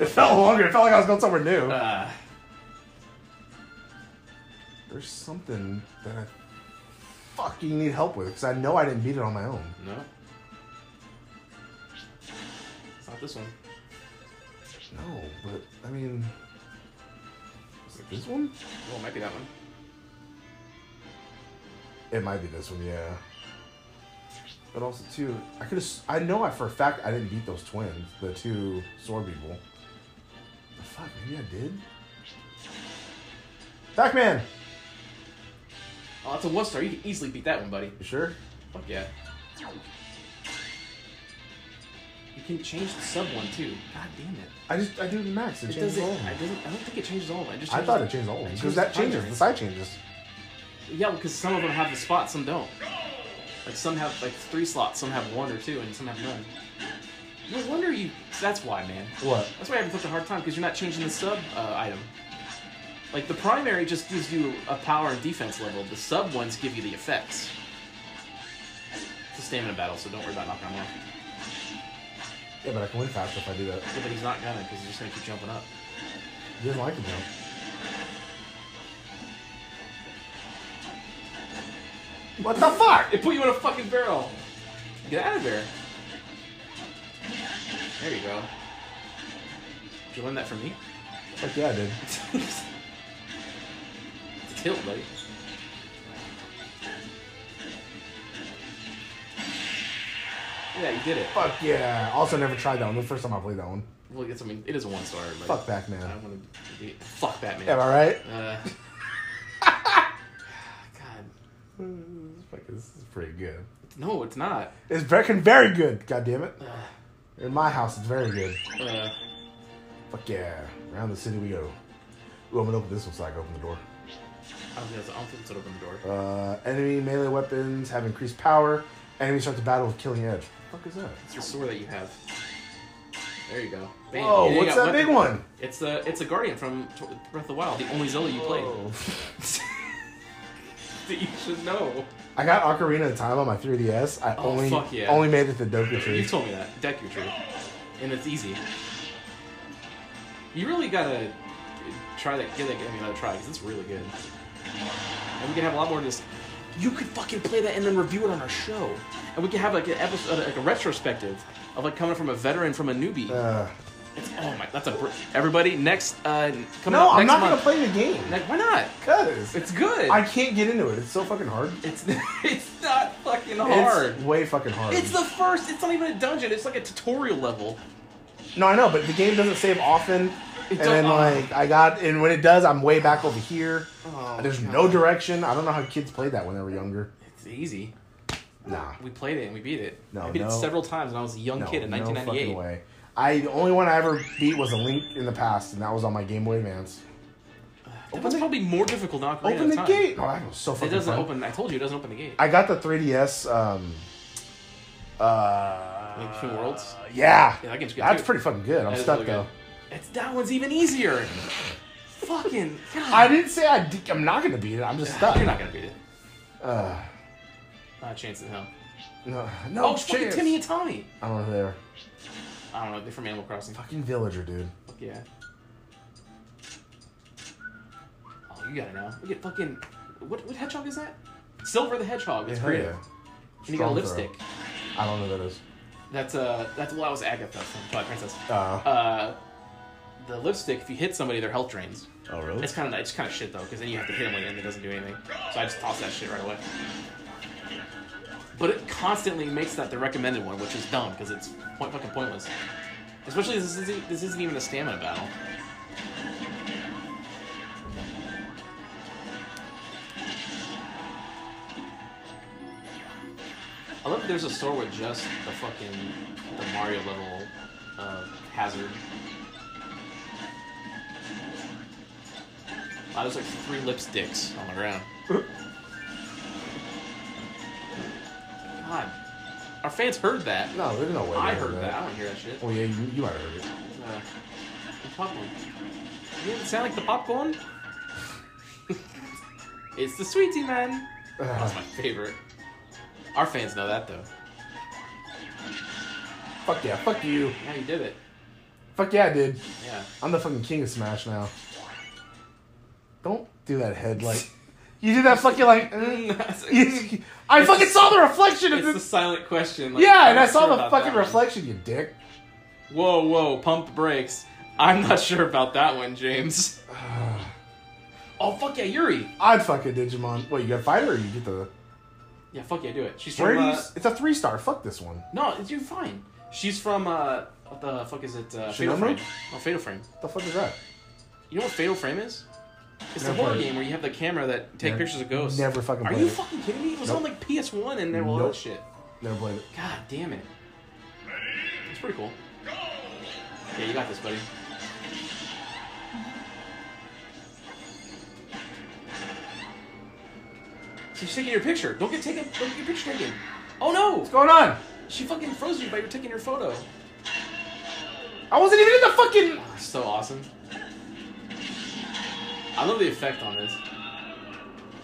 S2: It felt longer. It felt like I was going somewhere new.
S1: Uh,
S2: There's something that I fucking need help with because I know I didn't beat it on my own.
S1: no. It's not this one.
S2: No, but I mean. Is it this one?
S1: Oh, it might be that one.
S2: It might be this one, yeah. But also too, I could have. I know I for a fact I didn't beat those twins, the two sword people. The fuck, maybe I did. Pac-Man,
S1: Oh, that's a one star. You can easily beat that one, buddy.
S2: you sure?
S1: Fuck yeah. You can change the sub one too. God damn it.
S2: I just I did the max. It,
S1: It
S2: changes
S1: doesn't,
S2: all. of
S1: I
S2: them.
S1: doesn't. I don't think it changes all of them. It just
S2: I
S1: changes
S2: thought
S1: the-
S2: it changed all of them
S1: it
S2: because that
S1: the
S2: changes
S1: primary.
S2: the side changes.
S1: Yeah, because some of them have the spot, some don't. Like some have like three slots, some have one or two, and some have none. No wonder you. That's why, man.
S2: What?
S1: That's why you're having such a hard time because you're not changing the sub uh, item. Like the primary just gives you a power and defense level. The sub ones give you the effects. It's a stamina battle, so don't worry about knocking him off.
S2: Yeah, but I can win faster if I do that.
S1: Yeah, but he's not gonna because he's just gonna keep jumping up.
S2: He doesn't like him now. What the fuck?
S1: It put you in a fucking barrel. Get out of there. There you go. Did you learn that from me?
S2: Fuck yeah, I did.
S1: it's tilt, buddy. Yeah, you did it.
S2: Fuck yeah. Also, never tried that one. The first time I played that one.
S1: Well, it's, I mean, it is a one star. But
S2: Fuck
S1: I
S2: Batman.
S1: want to be, fuck Batman.
S2: Am I right?
S1: Uh, God,
S2: This fuck is this is pretty good.
S1: no, it's not.
S2: It's fucking very good. God damn it. In my house, it's very good.
S1: Uh,
S2: Fuck yeah. Around the city we go. Ooh, I'm gonna open this one so I can open the door.
S1: I was gonna say, I don't think it's open the door.
S2: Uh, enemy melee weapons have increased power. Enemies start to battle with killing edge. What the fuck is that?
S1: It's the sword that you have. There you go. Bam.
S2: Whoa,
S1: You
S2: what's
S1: got
S2: that big
S1: weapon.
S2: one?
S1: It's a it's a guardian from T- Breath of the Wild, the only Zelda you played. that you should know.
S2: I got Ocarina of Time on my 3DS. I
S1: Oh,
S2: only
S1: fuck yeah.
S2: only made it to Doku
S1: You
S2: Tree.
S1: told me that Deku Tree, and it's easy. You really gotta try that. Give that game another try because it's really good. And we can have a lot more of this. You could fucking play that and then review it on our show, and we can have like an episode, like a retrospective of like coming from a veteran from a newbie.
S2: Uh,
S1: It's, oh my, that's a br- everybody next. Uh, coming
S2: no,
S1: up
S2: I'm
S1: next
S2: not
S1: month.
S2: gonna play the game.
S1: Like, why not?
S2: Cause
S1: It's good.
S2: I can't get into it. It's so fucking hard.
S1: it's it's not fucking hard.
S2: It's way fucking hard.
S1: It's, the first. It's not even a dungeon. It's like a tutorial level.
S2: no, I know, but the game doesn't save often. and
S1: It don't-
S2: then
S1: oh.
S2: like I got, and when it does, I'm way back over here.
S1: Oh,
S2: There's
S1: God.
S2: no direction. I don't know how kids played that when they were younger.
S1: It's easy.
S2: Nah,
S1: We played it and we beat it.
S2: No,
S1: I beat
S2: no.
S1: it several times when I was a young
S2: no,
S1: kid in
S2: no fucking
S1: 1998.
S2: way. I the only one I ever beat was a Link in the past, and that was on my Game Boy Advance.
S1: that was
S2: the-
S1: probably more difficult than Ocarina
S2: Open
S1: of
S2: the
S1: Time.
S2: gate. Oh, that was so
S1: It
S2: fucking.
S1: doesn't
S2: fun.
S1: open. I told you it doesn't open the gate.
S2: I got the 3DS. Um, uh,
S1: Link Between Worlds?
S2: Yeah,
S1: Yeah, that game's good,
S2: that's
S1: too.
S2: pretty fucking good. I'm
S1: That is
S2: stuck
S1: really
S2: though.
S1: good. It's that one's even easier. fucking God.
S2: I didn't say I d- I'm not gonna beat it. I'm just stuck.
S1: You're not gonna beat it.
S2: Uh,
S1: Not a chance in hell.
S2: no, no
S1: Oh, fucking
S2: chance.
S1: Timmy and Tommy.
S2: I don't know who they are.
S1: I don't know. They're from Animal Crossing. Fuck
S2: Fucking villager, dude.
S1: yeah. Oh, you gotta know. Look at fucking. What what hedgehog is that? Silver the Hedgehog. It's
S2: Yeah,
S1: great.
S2: yeah.
S1: And you got a
S2: Strong
S1: lipstick.
S2: throw. I don't know who that is.
S1: That's uh that's well that was Agatha from Twilight Princess.
S2: Uh,
S1: Uh, the lipstick. If you hit somebody, their health drains.
S2: oh really?
S1: It's kind of it's kind of shit though, because then you have to hit them with it and it doesn't do anything. So I just toss that shit right away. But it constantly makes that the recommended one, which is dumb because it's point fucking pointless. Especially this isn't this isn't even a stamina battle. I love that there's a store with just the fucking the Mario level uh, hazard. Wow, there's like three lipsticks on the ground. God, our fans heard that.
S2: No, there's no way.
S1: I
S2: they
S1: heard that. I don't hear that shit.
S2: Oh yeah, you, you might have heard it.
S1: Uh, the popcorn. You didn't sound like the popcorn. it's the sweetie man. That's
S2: Uh,
S1: my favorite. Our fans know that though.
S2: fuck yeah, fuck you.
S1: Yeah, you did it.
S2: Fuck yeah, dude.
S1: Yeah.
S2: I'm the fucking king of Smash now. Don't do that head like. You do that fucking like. mm.
S1: it's
S2: You- I fucking saw the reflection of
S1: the
S2: this.
S1: silent question. like,
S2: Yeah,
S1: I'm
S2: and I
S1: not
S2: saw
S1: sure
S2: the
S1: about
S2: fucking
S1: that one.
S2: reflection, you dick.
S1: Whoa, whoa, pump the brakes. I'm not sure about that one, James. oh, fuck yeah, Yuri.
S2: I'd fuck a Digimon. Wait, you got fighter or you get the?
S1: Yeah, fuck yeah, do it. She's
S2: Where
S1: from.
S2: are you?
S1: Uh,
S2: s- It's a three star. Fuck this one.
S1: no, it's- you're fine. She's from, uh, what the fuck is it? Uh, Fatal
S2: Shinomu?
S1: Frame. No, Fatal Frame.
S2: What the fuck is that?
S1: You know what Fatal Frame is? It's the
S2: Never
S1: horror
S2: played it.
S1: game where you have the camera that take
S2: Never-
S1: pictures of ghosts.
S2: never fucking
S1: Are
S2: played
S1: you
S2: it.
S1: fucking kidding me? It was
S2: Nope.
S1: on like PS1 and there all
S2: Nope.
S1: that shit.
S2: Never played it.
S1: God damn it. It's pretty cool. Yeah, you got this, buddy. She's taking your picture. Don't get taken. Don't get your picture taken. Oh no!
S2: What's going on?
S1: She fucking froze you by you taking your photo.
S2: I wasn't even in the fucking.
S1: So awesome. I love the effect on this.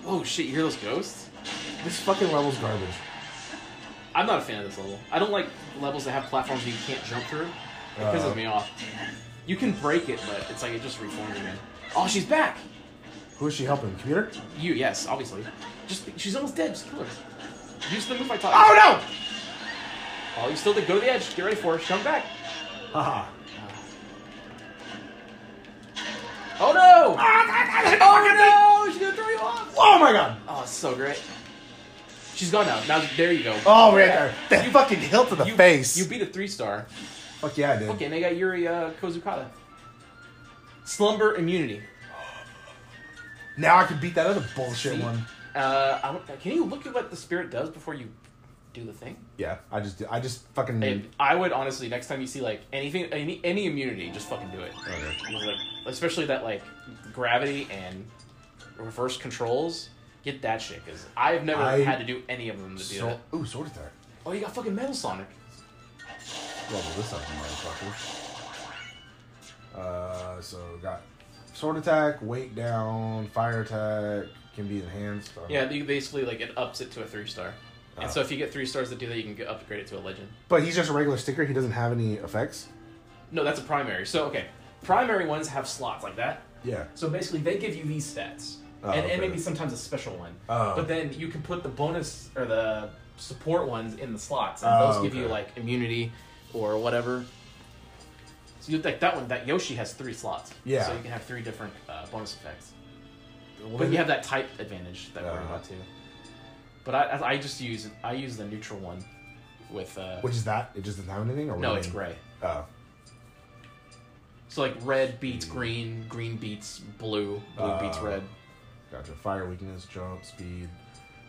S1: Oh shit! You hear those ghosts?
S2: This fucking level's garbage.
S1: I'm not a fan of this level. I don't like levels that have platforms that you can't jump through. It pisses
S2: Uh.
S1: me off. You can break it, but it's like it just reforms again. Oh, she's back.
S2: Who is she helping? Computer?
S1: You, yes, obviously. Just she's almost dead. Just kill her. Use the move I taught you.
S2: Oh
S1: Oh, you still did. Go to the edge. Get ready for her. She's coming back.
S2: no! Haha.
S1: Oh no!
S2: Oh
S1: Oh no! She's gonna throw you off.
S2: my god!
S1: Oh, it's so great. She's gone now. Now there you go.
S2: Oh, right there. That fucking hilt to the
S1: you,
S2: face.
S1: You beat a three star.
S2: Fuck yeah, I did.
S1: Okay, and they got Yuri uh, Kozukata. Slumber immunity.
S2: Now I can beat that other bullshit one.
S1: Uh, I don't, can you look at what the spirit does before you do the thing?
S2: Yeah, I just, I just fucking.
S1: And I would honestly, next time you see like anything, any, any immunity, just fucking do it.
S2: Okay.
S1: Like, especially that like gravity and reverse controls. Get that shit because I've never
S2: I-
S1: had to do any of them to do
S2: So,
S1: that.
S2: ooh, sword attack.
S1: Oh, you got fucking Metal Sonic.
S2: Level this up, motherfucker. Uh, so got sword attack, weight down, fire attack can be enhanced. I don't
S1: Yeah,
S2: know.
S1: you basically like it ups it to a three star. And
S2: Oh.
S1: so if you get three stars that do that, you can get upgrade it to a legend.
S2: but he's just a regular sticker. He doesn't have any effects.
S1: No, that's a primary. So okay, primary ones have slots like that.
S2: Yeah.
S1: So basically, they give you these stats,
S2: Oh,
S1: and,
S2: okay.
S1: and maybe sometimes a special one.
S2: Oh.
S1: But then you can put the bonus or the support ones in the slots, and
S2: Oh,
S1: those give you
S2: okay.
S1: like immunity or whatever. So you like that one? That Yoshi has three slots.
S2: Yeah.
S1: So you can have three different uh, bonus effects.
S2: What
S1: But
S2: is
S1: you
S2: it?
S1: have that type advantage that we're
S2: Uh-huh.
S1: about too. But I, I I just use I use the neutral one with uh,
S2: Which is that? It just doesn't have anything, or what do
S1: no,
S2: you
S1: it's
S2: mean?
S1: gray.
S2: Oh,
S1: So like red beats
S2: Mm.
S1: green, green beats blue, blue beats
S2: Uh.
S1: red.
S2: gotcha. Fire weakness, jump, speed,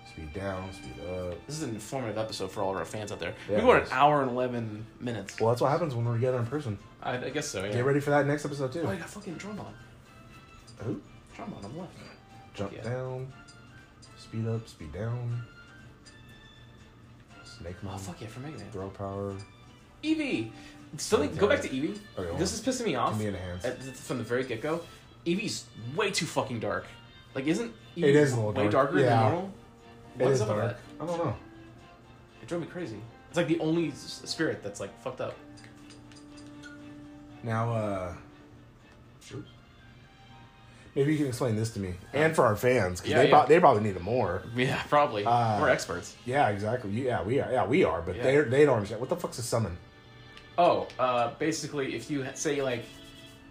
S2: speed down, speed up.
S1: This is an informative episode for all of our fans out there.
S2: Yeah,
S1: we were
S2: it
S1: an
S2: is.
S1: hour and eleven minutes.
S2: Well, that's what happens when we're together in person.
S1: I, I guess so. Yeah.
S2: Get ready for that next episode too.
S1: Oh, I got fucking drum on.
S2: Ooh.
S1: Drum on. I'm left.
S2: Jump
S1: Yeah.
S2: down, speed up, speed down. Snake
S1: Oh
S2: move,
S1: fuck yeah, for E Mega Man.
S2: throw power.
S1: Eevee. Something.
S2: Okay.
S1: Go back to Eevee.
S2: Okay, hold
S1: this
S2: on.
S1: is pissing me off.
S2: Give me an enhance.
S1: at- from the very get go, Eevee's way too fucking dark. Like, isn't Eevee
S2: It is a little
S1: way
S2: dark.
S1: darker
S2: Yeah.
S1: than normal?
S2: It
S1: What's
S2: is
S1: up with
S2: dark. I don't know.
S1: that? It drove me crazy. It's like the only s- spirit that's like fucked up.
S2: Now, uh, oops. maybe you can explain this to me and for our fans because
S1: Uh, Yeah,
S2: they,
S1: yeah.
S2: prob- they probably need it more.
S1: Yeah, probably.
S2: Uh,
S1: We're experts.
S2: Yeah, exactly. You- Yeah, we are. Yeah, we are. But
S1: Yeah.
S2: they they don't understand. What the fuck's a summon?
S1: Oh, uh, basically, if you ha- say like,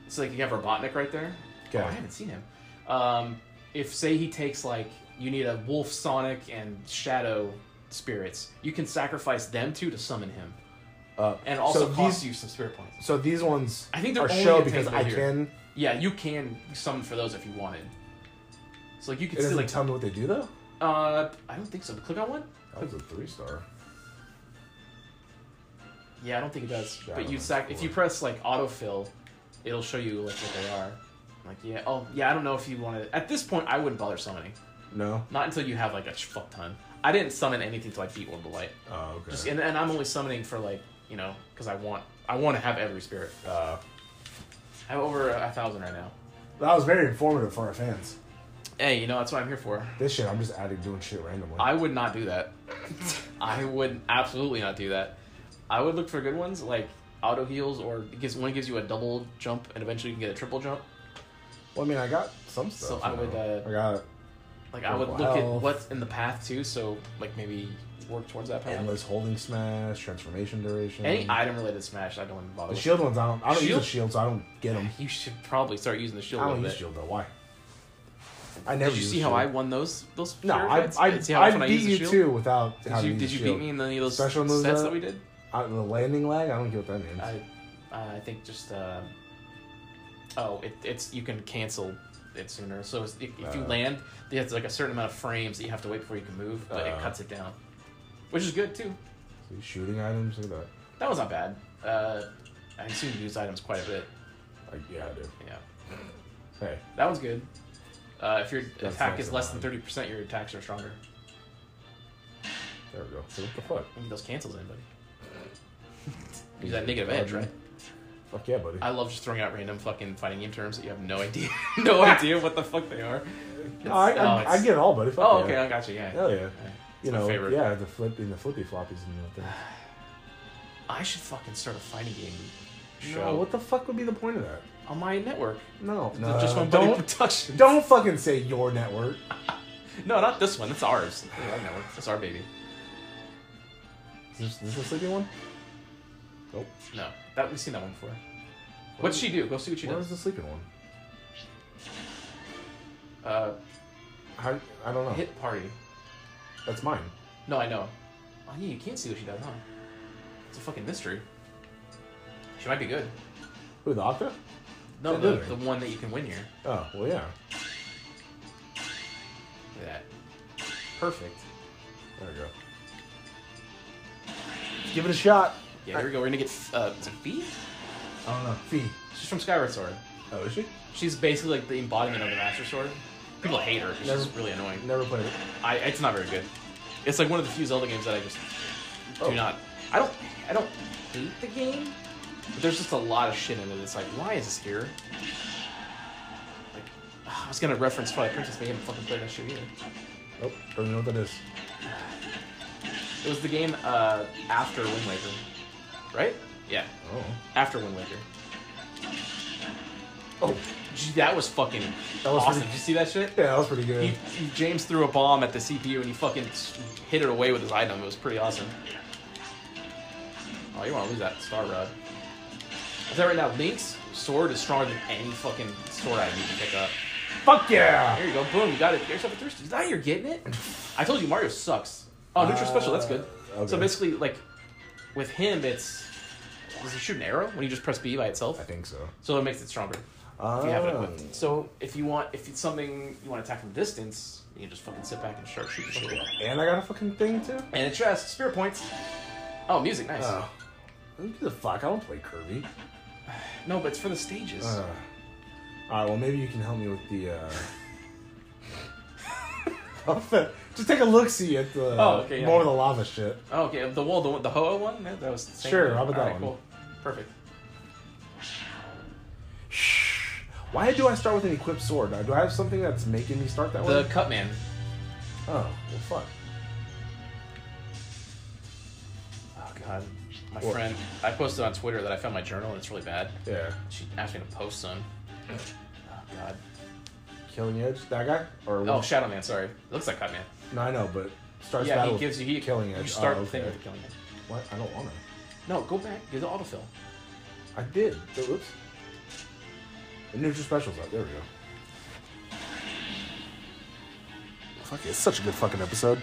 S1: it's like you have Robotnik right there.
S2: Okay.
S1: Oh, I haven't seen him. Um, if say he takes like, you need a Wolf, Sonic, and Shadow spirits, you can sacrifice them two to summon him,
S2: Uh,
S1: and also
S2: so
S1: cost
S2: these
S1: you some spirit points.
S2: so these ones
S1: I think they're
S2: are
S1: only
S2: show
S1: attainable
S2: because I
S1: here.
S2: can.
S1: Yeah, you can summon for those if you wanted. So like you
S2: It
S1: can see
S2: doesn't
S1: like,
S2: tell me what they do though.
S1: uh, I don't think so. Click on one.
S2: That was a three star.
S1: Yeah, I don't think it does.
S2: Yeah, I
S1: but
S2: don't
S1: you
S2: think
S1: sac-
S2: it
S1: if you
S2: would.
S1: press like autofill, it'll show you like what they are. I'm like yeah, oh yeah, I don't know if you want to. At this point, I wouldn't bother summoning.
S2: No.
S1: Not until you have like a sh- fuck ton. I didn't summon anything till I beat Orb of Light.
S2: Oh, okay.
S1: Just, and, and I'm only summoning for like you know because I want I want to have every spirit.
S2: uh,
S1: I have over a thousand right now.
S2: that was very informative for our fans.
S1: Hey, you know that's what I'm here for.
S2: This shit, I'm just adding doing shit randomly.
S1: I would not do that. I would absolutely not do that. I would look for good ones like auto heals or because one gives you a double jump and eventually you can get a triple jump.
S2: well, I mean, I got some
S1: So
S2: stuff.
S1: I
S2: you
S1: would,
S2: know.
S1: uh,
S2: I got
S1: Like I would
S2: Wow.
S1: look at what's in the path too, so like maybe work towards that path.
S2: endless holding smash, transformation duration.
S1: Any item related smash, I don't even bother.
S2: The
S1: with.
S2: shield ones, I don't. I don't use
S1: Shield?
S2: the shield, so I don't get them.
S1: You should probably start using the shield.
S2: I
S1: a
S2: don't
S1: little
S2: use
S1: bit.
S2: shield though. Why? I never.
S1: Did you
S2: use
S1: see how I
S2: shield.
S1: won those? Those
S2: No,
S1: fear
S2: I
S1: fights?
S2: I,
S1: See how
S2: I,
S1: often
S2: beat
S1: use the
S2: you
S1: shield?
S2: too without.
S1: Did you, did you beat me in any of those
S2: Special moves
S1: sets
S2: up?
S1: that we did?
S2: Uh, the landing leg? I don't get what that means.
S1: I, uh, I think just uh, oh, it, it's you can cancel it sooner. So it's, if, if you
S2: Uh.
S1: land, there's like a certain amount of frames that you have to wait before you can move, but
S2: Uh.
S1: it cuts it down, which is good too.
S2: See, shooting items, look at
S1: That was not bad. Uh, I assume you use items quite a bit.
S2: that. Like, yeah, I do.
S1: Yeah,
S2: Hey,
S1: that one's good. Uh, if your
S2: That's
S1: attack
S2: nice
S1: is
S2: and
S1: less than
S2: high.
S1: thirty percent, your attacks are stronger.
S2: there we go. So what the fuck?
S1: I mean, those cancels anybody. Use that negative edge, right?
S2: Fuck yeah, buddy.
S1: I love just throwing out random fucking fighting game terms that you have no idea, no idea what the fuck they are.
S2: No, I,
S1: oh,
S2: I, I
S1: it's-
S2: get it all, buddy. Fuck
S1: Oh,
S2: yeah.
S1: okay, I got you. Yeah.
S2: Hell yeah. You
S1: my
S2: know,
S1: favorite.
S2: yeah, the flipping, the flippy floppies and you know, things.
S1: I should fucking start a fighting game
S2: show.
S1: No,
S2: what the fuck would be the point of that?
S1: on my network.
S2: No,
S1: It's just one buddy
S2: don't
S1: production.
S2: don't fucking say your network.
S1: No, not this one. That's ours. That's our network. That's our baby.
S2: Is this, is this a sleepy one? Nope.
S1: No, that we've seen that one before. What's she do? Go see what she
S2: Where
S1: does.
S2: was the sleeping one?
S1: Uh,
S2: How, I don't know.
S1: hit party.
S2: That's mine.
S1: No, I know. Oh yeah, you can't see what she does, huh? It's a fucking mystery. She might be good.
S2: Who the Octa?
S1: No,
S2: Good
S1: the,
S2: living.
S1: the one that you can win here.
S2: Oh well, yeah.
S1: Look at that. Perfect.
S2: There we go. Give it a shot.
S1: Yeah, here we go. We're gonna get uh, is it Fee?
S2: I don't know. Fee.
S1: She's from Skyward Sword.
S2: Oh, is she?
S1: She's basically like the embodiment of the Master Sword. People hate her. 'cause She's
S2: Never-
S1: really annoying.
S2: Never played it.
S1: I, it's not very good. It's like one of the few Zelda games that I just
S2: Oh.
S1: do not. I don't. I don't hate the game, but there's just a lot of shit in it. It's like, why is this here? Like, I was gonna reference probably Princess, but I haven't fucking played that shit either.
S2: Nope. Oh, Don't even know what that is.
S1: It was the game uh, after Wind Waker, right? Yeah,
S2: Oh.
S1: after Wind Waker.
S2: Oh.
S1: Gee, that was fucking
S2: That was
S1: awesome.
S2: pretty-
S1: Did you see that shit?
S2: Yeah, that was pretty good.
S1: He, he- James threw a bomb at the CPU and he fucking s- hit it away with his item. It was pretty awesome. Oh, you want to lose that star rod? I tell you right now, Link's sword is stronger than any fucking sword item you can pick up.
S2: Fuck yeah!
S1: There you go, boom, you got it. Get yourself a thirsty. Now you're getting it. I told you Mario sucks. Oh, neutral special, that's good.
S2: Uh, okay.
S1: So basically, like with him, it's does he shoot an arrow when you just press B by itself?
S2: I think so.
S1: So it makes it stronger if you have
S2: Oh.
S1: it equipped. So if you want, if it's something you want to attack from distance, you can just fucking sit back and start shooting shit.
S2: Ah. And I got a fucking thing too.
S1: And it chests, spirit points. Oh, music, nice.
S2: Oh. Who gives a fuck? I don't play Kirby.
S1: no, but it's for the stages.
S2: Uh, all right. Well, maybe you can help me with the. Uh... Just take a look, see at the
S1: Oh, okay, yeah.
S2: more of the lava shit.
S1: oh, okay, the wall, the, the Ho-Oh one. That, that was the same
S2: Sure,
S1: one.
S2: how about that one?
S1: Alright, Cool, perfect.
S2: Why do I start with an equipped sword? Do I have something that's making me start that
S1: The
S2: way?
S1: Cutman.
S2: Oh, well, fuck.
S1: Oh God, my
S2: What?
S1: friend. I posted on Twitter that I found my journal and it's really bad.
S2: Yeah.
S1: She asked me to post some. Oh God.
S2: Killing Edge, that guy? Or
S1: Oh, Shadow Man. Sorry, it looks like Cutman.
S2: no, I know, but starts
S1: Yeah,
S2: battle
S1: he
S2: with
S1: gives you he
S2: Killing Edge.
S1: You start
S2: oh,
S1: the thing
S2: okay.
S1: with the Killing Edge.
S2: What? I don't want to.
S1: No, go back. Get the autofill.
S2: I did. So, oops. The neutral specials out. There we go. Fuck, it's such a good fucking episode.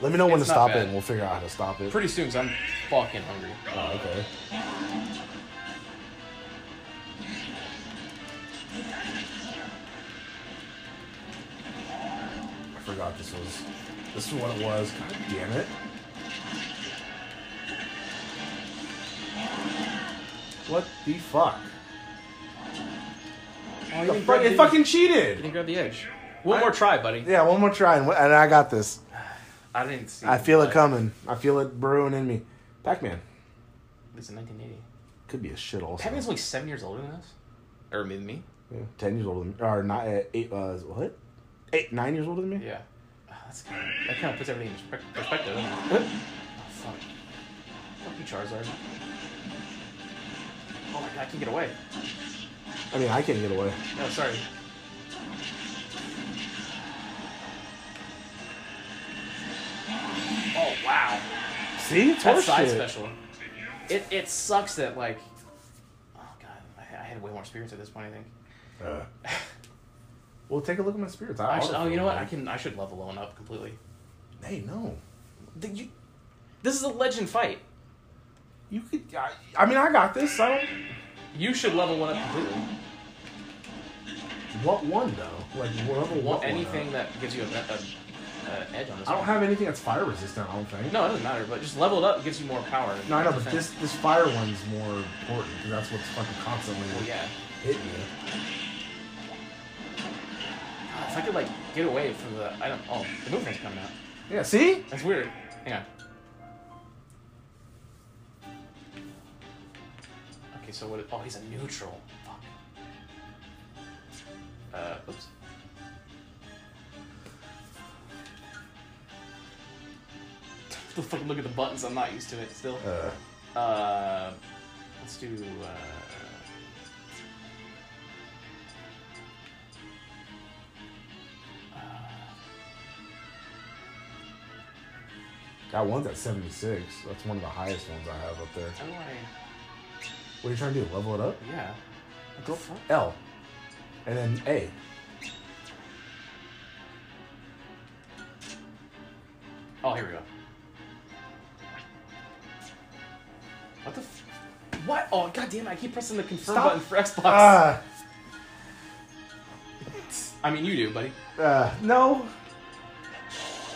S2: Let me know when
S1: It's
S2: to
S1: not
S2: stop it,
S1: bad.
S2: and we'll figure out how to stop it.
S1: Pretty soon, 'cause I'm fucking hungry.
S2: Oh, okay. I forgot this was. This is what it was. God damn it. What the fuck?
S1: Oh,
S2: The fuck- it fucking
S1: You
S2: cheated!
S1: grab the edge. One
S2: I-
S1: more try, buddy.
S2: Yeah, one more try, and, and I got this.
S1: I didn't see.
S2: I feel it coming. I feel it brewing in me. Pac Man.
S1: It's in 1980.
S2: Could be a shit also.
S1: Pac-Man's only seven years older than us, or than me.
S2: Yeah, ten years older than me, or not uh, eight? Uh, what? Eight, nine years older than me?
S1: Yeah. Ah, that's kind of, that kind of puts everything in perspec- perspective. Doesn't it?
S2: What?
S1: Oh, fuck. Fuck you, Charizard. Oh my god, I can't get away.
S2: I mean, I can't get away.
S1: No, sorry. Oh wow.
S2: See, it's horse
S1: That's side
S2: shit.
S1: special. It it sucks that like. Oh god, I, I had way more experience at this point. I think.
S2: Uh, well, take a look at my spirits. I
S1: I should,
S2: autofilled
S1: oh, you know what? I
S2: mine.
S1: can. I should level one up completely.
S2: Hey, no.
S1: The- you- this is a legend fight.
S2: You could. I, I mean, I got this. I don't.
S1: You should level one up completely.
S2: What one though? Like whatever.
S1: Want
S2: What
S1: anything
S2: One,
S1: that gives you a, a, a edge on this.
S2: I don't
S1: one.
S2: have anything that's fire resistant. I don't think.
S1: No, it doesn't matter. But just level it up gives you more power. and
S2: No, I know, but
S1: defense.
S2: this this fire one's more important because that's what's fucking constantly
S1: Well, yeah.
S2: hitting me.
S1: Ah, If I could like get away from the, I don't. Oh, the movement's coming out.
S2: Yeah. See?
S1: That's weird. Hang on. Okay, so what? Oh, he's a neutral. Fuck. Uh, oops. The fucking look at the buttons. I'm not used to it still.
S2: Uh,
S1: Uh, let's do. Uh,
S2: Got one's at 76. That's one of the highest ones I have up there.
S1: how do oh, I?
S2: What are you trying to do? Level it up?
S1: Yeah. Go fuck.
S2: L. And then A.
S1: Oh, here we go. What the? F- what? Oh, goddamn! I keep pressing the confirm
S2: Stop.
S1: button for Xbox.
S2: Ah!
S1: I mean, you do, buddy.
S2: Uh, no.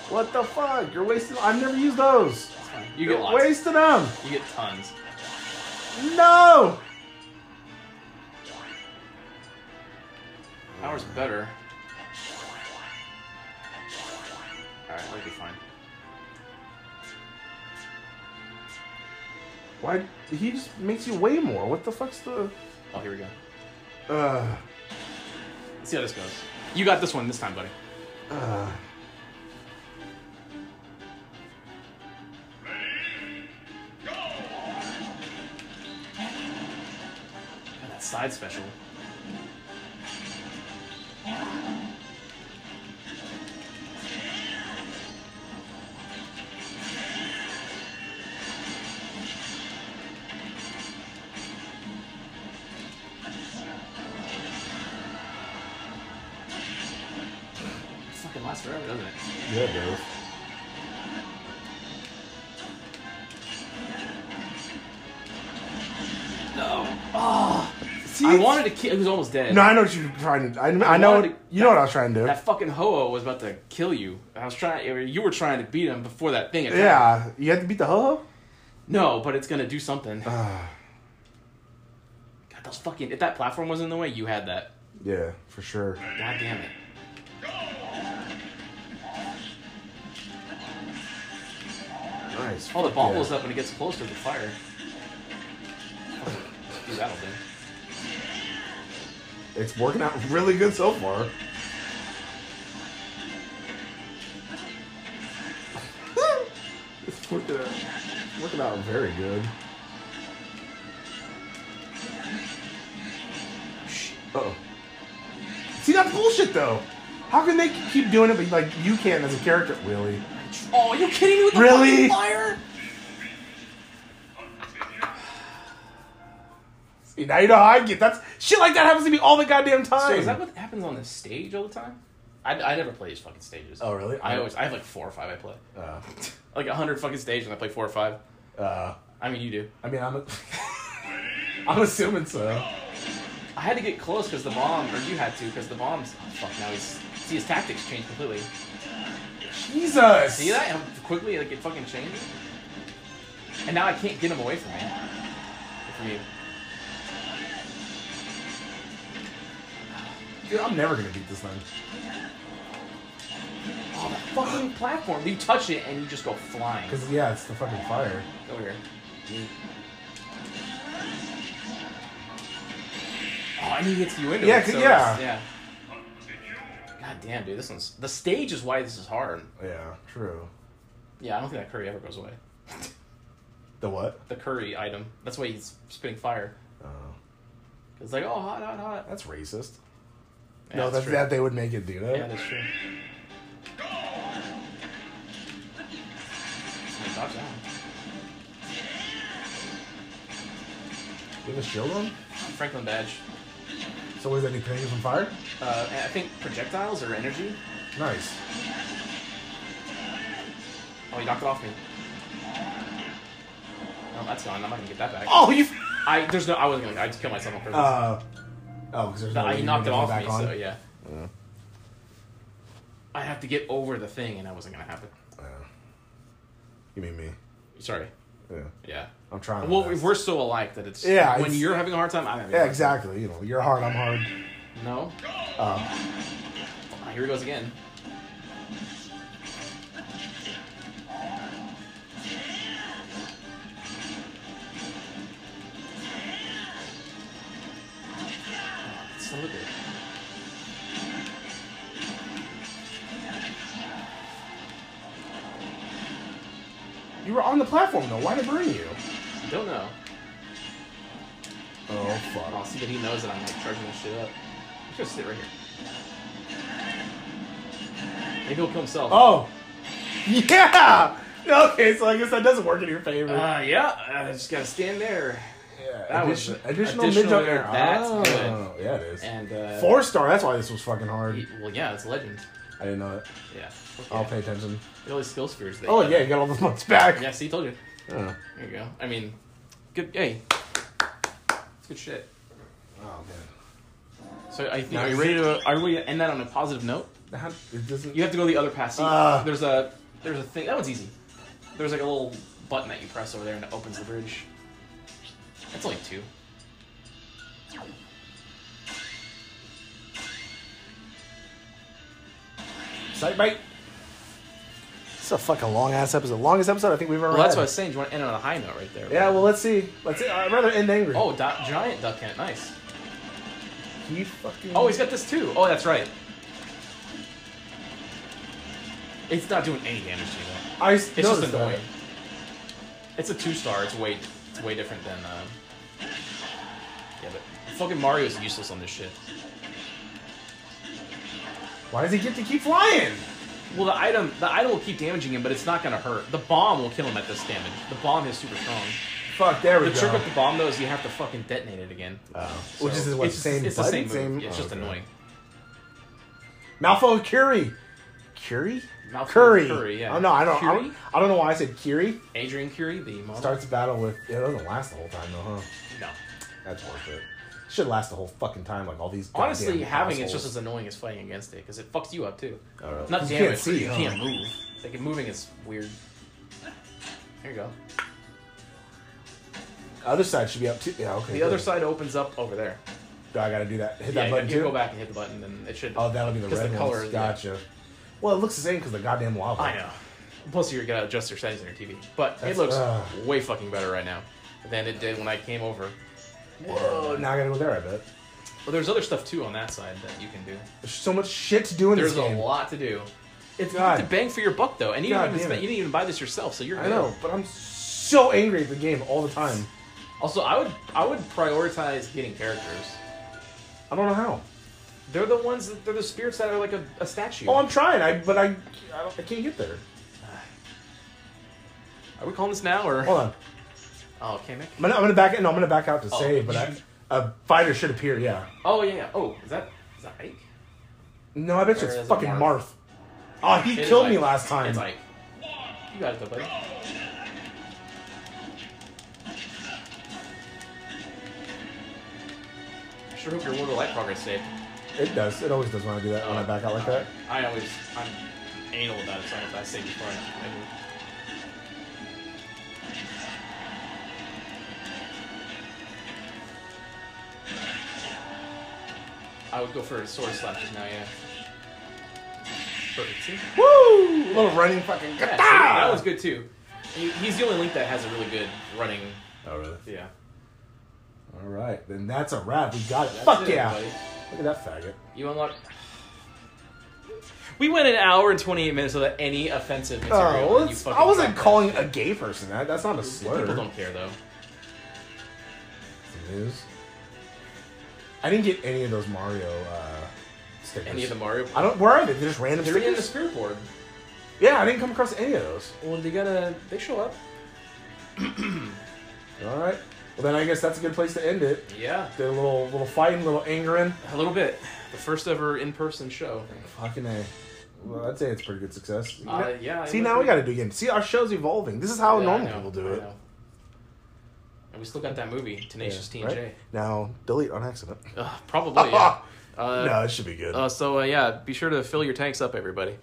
S2: What the fuck? You're wasting. I've never used those.
S1: It's fine. You
S2: You're
S1: get lots.
S2: wasting them.
S1: You get tons.
S2: No.
S1: Ours better. All right, that'll be fine.
S2: Why? He just makes you way more. What the fuck's the?
S1: Oh, here we go.
S2: Uh,
S1: Let's see how this goes. You got this one this time, buddy.
S2: uh.
S1: God, that side special. Fucking lasts forever, doesn't it?
S2: Yeah, it does.
S1: No.
S2: Ah. See,
S1: I wanted to kill. He was almost dead.
S2: No, I know what you're trying to. I, I know.
S1: wanted to-
S2: you know what I was trying to do.
S1: That fucking Ho-Oh was about to kill you. I was trying. or You were trying to beat him before that thing. attacked.
S2: Yeah, you have to beat the ho
S1: No, but it's gonna do something.
S2: ho.
S1: God, those fucking. If that platform was in the way, you had that.
S2: yeah, for sure.
S1: God damn it.
S2: Nice.
S1: Oh, the
S2: Fuck
S1: ball
S2: yeah.
S1: blows up when it gets close to the fire. Do that'll do.
S2: It's working out really good so far. it's working out, working out very good. Oh, see that's bullshit though. How can they keep doing it, but like you can't as a character, really?
S1: Oh, are you kidding me with the
S2: Really?
S1: fucking fire?
S2: See, now you know how I get. That's shit like that happens to me all the goddamn time.
S1: So is that what happens on the stage all the time? I, I never play these fucking stages.
S2: Oh, really?
S1: I always I have like four or five I play.
S2: Uh,
S1: Like a hundred fucking stages and I play four or five.
S2: uh,
S1: I mean you do.
S2: I mean, I'm. A, I'm assuming so.
S1: I had to get close because the bomb, or you had to because the bombs. Oh, fuck! Now he's see his tactics change completely.
S2: Jesus.
S1: See that? How quickly like it fucking changed. And now I can't get him away from me. From you.
S2: Dude, I'm never gonna beat this thing.
S1: Oh, the fucking platform! You touch it and you just go flying.
S2: Cause yeah, it's the fucking fire.
S1: Over here. Oh, and he hits you into
S2: Yeah,
S1: it.
S2: 'cause-
S1: so
S2: yeah.
S1: it's- Yeah. God damn, dude, this one's the stage is why this is hard.
S2: Yeah, true.
S1: Yeah, I don't think that curry ever goes away.
S2: The what?
S1: The curry item. That's why he's spitting fire.
S2: Uh,
S1: It's like, oh, hot, hot, hot.
S2: that's racist.
S1: Yeah,
S2: no, that's
S1: true.
S2: that they would make it do that.
S1: Yeah, that's true. Somebody dodged that one.
S2: With a shield on.
S1: Franklin badge.
S2: So what is that? He protected from fire.
S1: Uh, I think projectiles or energy.
S2: Nice.
S1: Oh, he knocked it off me. No, that's gone. I'm not gonna get that back.
S2: Oh, you.
S1: I there's no. I wasn't gonna. I just killed myself on purpose.
S2: Uh. Oh, because there's no.
S1: But
S2: way
S1: I
S2: you
S1: knocked it
S2: can get
S1: off
S2: back
S1: me,
S2: on.
S1: so yeah. I have to get over the thing, and that wasn't gonna happen.
S2: Yeah. You mean me?
S1: Sorry.
S2: Yeah.
S1: Yeah.
S2: I'm trying. my
S1: Well,
S2: best.
S1: we're so alike that it's
S2: Yeah,
S1: When
S2: it's-
S1: you're having a hard time, I'm having. a
S2: Yeah,
S1: hard time.
S2: exactly. You know, you're hard. I'm hard.
S1: No.
S2: Uh,
S1: Ah, Here he goes again. It's So good.
S2: you were on the platform though. Why did it burn you?
S1: Don't know.
S2: Oh
S1: I'll see that he knows that I'm like charging this shit up. Let's just sit right here. Maybe he'll kill himself.
S2: Oh. Yeah. Okay, so I guess that doesn't work in your favor.
S1: Uh, yeah, I just gotta stand there.
S2: yeah,
S1: that was
S2: addition-
S1: additional
S2: mid-jump
S1: air. That's
S2: oh,
S1: good.
S2: Yeah, it is.
S1: And uh,
S2: Four star. That's why this was fucking hard.
S1: he- well, yeah, it's legend.
S2: I didn't know it.
S1: Yeah. Okay.
S2: I'll pay attention.
S1: All these skill spheres. They
S2: Oh yeah, you got all those months back.
S1: Yeah. See, told you.
S2: Oh.
S1: There you go. I mean, good. Hey, it's good shit.
S2: oh man.
S1: So I think
S2: Now
S1: are you
S2: is
S1: ready
S2: it-
S1: to? Are we gonna end that on a positive note?
S2: How, it doesn't.
S1: You have to go to the other pass. See,
S2: Ah.
S1: there's a there's a thing that one's easy. There's like a little button that you press over there and it opens the bridge. That's only two.
S2: Sight bite. It's a fucking long ass episode. Longest episode I think we've ever
S1: Well, that's what I
S2: had.
S1: was saying. Do you want to end on a high note right there?
S2: yeah. Well, let's see. Let's see. I'd rather end angry.
S1: Oh, di- giant duck ant. Nice.
S2: he fucking.
S1: Oh, he's got this too. Oh, that's right. It's not doing any damage to you. though.
S2: I s-
S1: It's
S2: noticed
S1: just
S2: that.
S1: annoying. It's a two star. It's way it's way different than. Uh... Yeah, but fucking Mario's useless on this shit.
S2: Why does he get to keep flying?
S1: Well, the item the item will keep damaging him, but it's not gonna hurt. The bomb will kill him at this damage. The bomb is super strong.
S2: Fuck. There we
S1: The
S2: go.
S1: trick with the bomb though is you have to fucking detonate it again.
S2: Oh. Which is
S1: So,
S2: what
S1: it's just-
S2: same
S1: It's the
S2: button,
S1: same move.
S2: same-
S1: It's
S2: oh,
S1: just
S2: okay.
S1: annoying.
S2: Malfoy Curie. Curie?
S1: Malfoy
S2: Curry.
S1: Curry, yeah.
S2: Oh, no, I don't, I
S1: Curie?
S2: don't. I don't know why I said Curie.
S1: Adrian Curie, the model.
S2: Starts the battle with. It doesn't last the whole time though, huh?
S1: no.
S2: That's worth it. Should last the whole fucking time, like all these. goddamn
S1: Honestly, having it's just
S2: assholes.
S1: as annoying as fighting against it because it fucks you up too.
S2: Oh, really?
S1: Not
S2: You
S1: damage,
S2: can't
S1: but
S2: see,
S1: you
S2: huh?
S1: can't move. Like moving is weird. There you go.
S2: other side should be up too. Yeah, okay.
S1: The other
S2: good.
S1: side opens up over there.
S2: Do I gotta do that? Hit
S1: Yeah,
S2: that
S1: you
S2: button
S1: you
S2: too.
S1: go back and hit the button, and it should.
S2: Oh, that'll be the
S1: 'cause
S2: red
S1: color
S2: ones.
S1: is- yeah.
S2: Gotcha. Well, it looks the same because the goddamn lava.
S1: I know. Plus, you're gonna adjust your settings on your TV, but
S2: That's-
S1: it looks
S2: ah.
S1: way fucking better right now than it did when I came over.
S2: Whoa! Now I gotta go there. I bet.
S1: Well, there's other stuff too on that side that you can do.
S2: There's so much shit to do in
S1: There's
S2: this game.
S1: a lot to do. It's
S2: God.
S1: to bang for your buck though, and you
S2: God
S1: didn't, even
S2: damn
S1: spend,
S2: it.
S1: you didn't even buy this yourself, so you're.
S2: I
S1: good.
S2: know, but I'm so angry at the game all the time.
S1: Also, I would I would prioritize getting characters.
S2: I don't know how.
S1: They're the ones that they're the spirits that are like a, a statue.
S2: Oh, I'm trying. I but I I, don't, I can't get there.
S1: Are we calling this now or?
S2: Hold on.
S1: Oh, okay, Mick.
S2: I'm gonna, I'm gonna back. No, I'm gonna back out to
S1: Oh,
S2: save. But I,
S1: you-
S2: a fighter should appear. Yeah.
S1: Oh yeah. yeah. Oh, is that is that Ike?
S2: No, I bet you
S1: Or
S2: it's
S1: is it
S2: fucking Marth.
S1: Marth?
S2: Oh, he
S1: It is
S2: killed me
S1: Ike.
S2: last time.
S1: It's Ike. You got it though, buddy. I Sure hope your World of Light progress saved.
S2: It does. It always does when I do that. When I back out like that.
S1: I always I'm anal about it, so I- I save before I, I move. I would go for sword slashes now, yeah. Perfect. See?
S2: Woo! Little running fucking.
S1: Yeah, see, that was good too. He- He's the only link that has a really good running.
S2: Oh really?
S1: Yeah.
S2: All right, then that's a wrap. We got it.
S1: That's
S2: Fuck
S1: it,
S2: yeah!
S1: everybody.
S2: Look at that faggot.
S1: You unlock. We went an hour and 28 minutes without any offensive material.
S2: Oh,
S1: and you
S2: it's-
S1: fucking
S2: I wasn't
S1: dropped that
S2: calling a
S1: shit.
S2: gay person that. That's not a slur.
S1: People don't care though.
S2: It is. I didn't get any of those Mario uh, stickers.
S1: Any of the Mario.
S2: I don't. Where are they? They're just random
S1: They're in the
S2: stickers.
S1: spirit board.
S2: Yeah, I didn't come across any of those.
S1: Well, they gotta. They show up.
S2: All right. Well, then I guess that's a good place to end it.
S1: Yeah,
S2: Did a little little fighting, little angering.
S1: a little bit. The first ever in-person show.
S2: Fucking a. Well, I'd say it's pretty good success.
S1: Uh, yeah,
S2: See
S1: it
S2: now
S1: was
S2: we got to do it again. See our show's evolving. This is how
S1: Yeah, I
S2: normal
S1: know,
S2: people do
S1: I
S2: it.
S1: know. And we still got that movie, Tenacious
S2: Yeah,
S1: T and J.
S2: right? Now delete on accident.
S1: Ugh, probably. Yeah. Uh,
S2: no, it should be good.
S1: uh, so uh, yeah, be sure to fill your tanks up, everybody.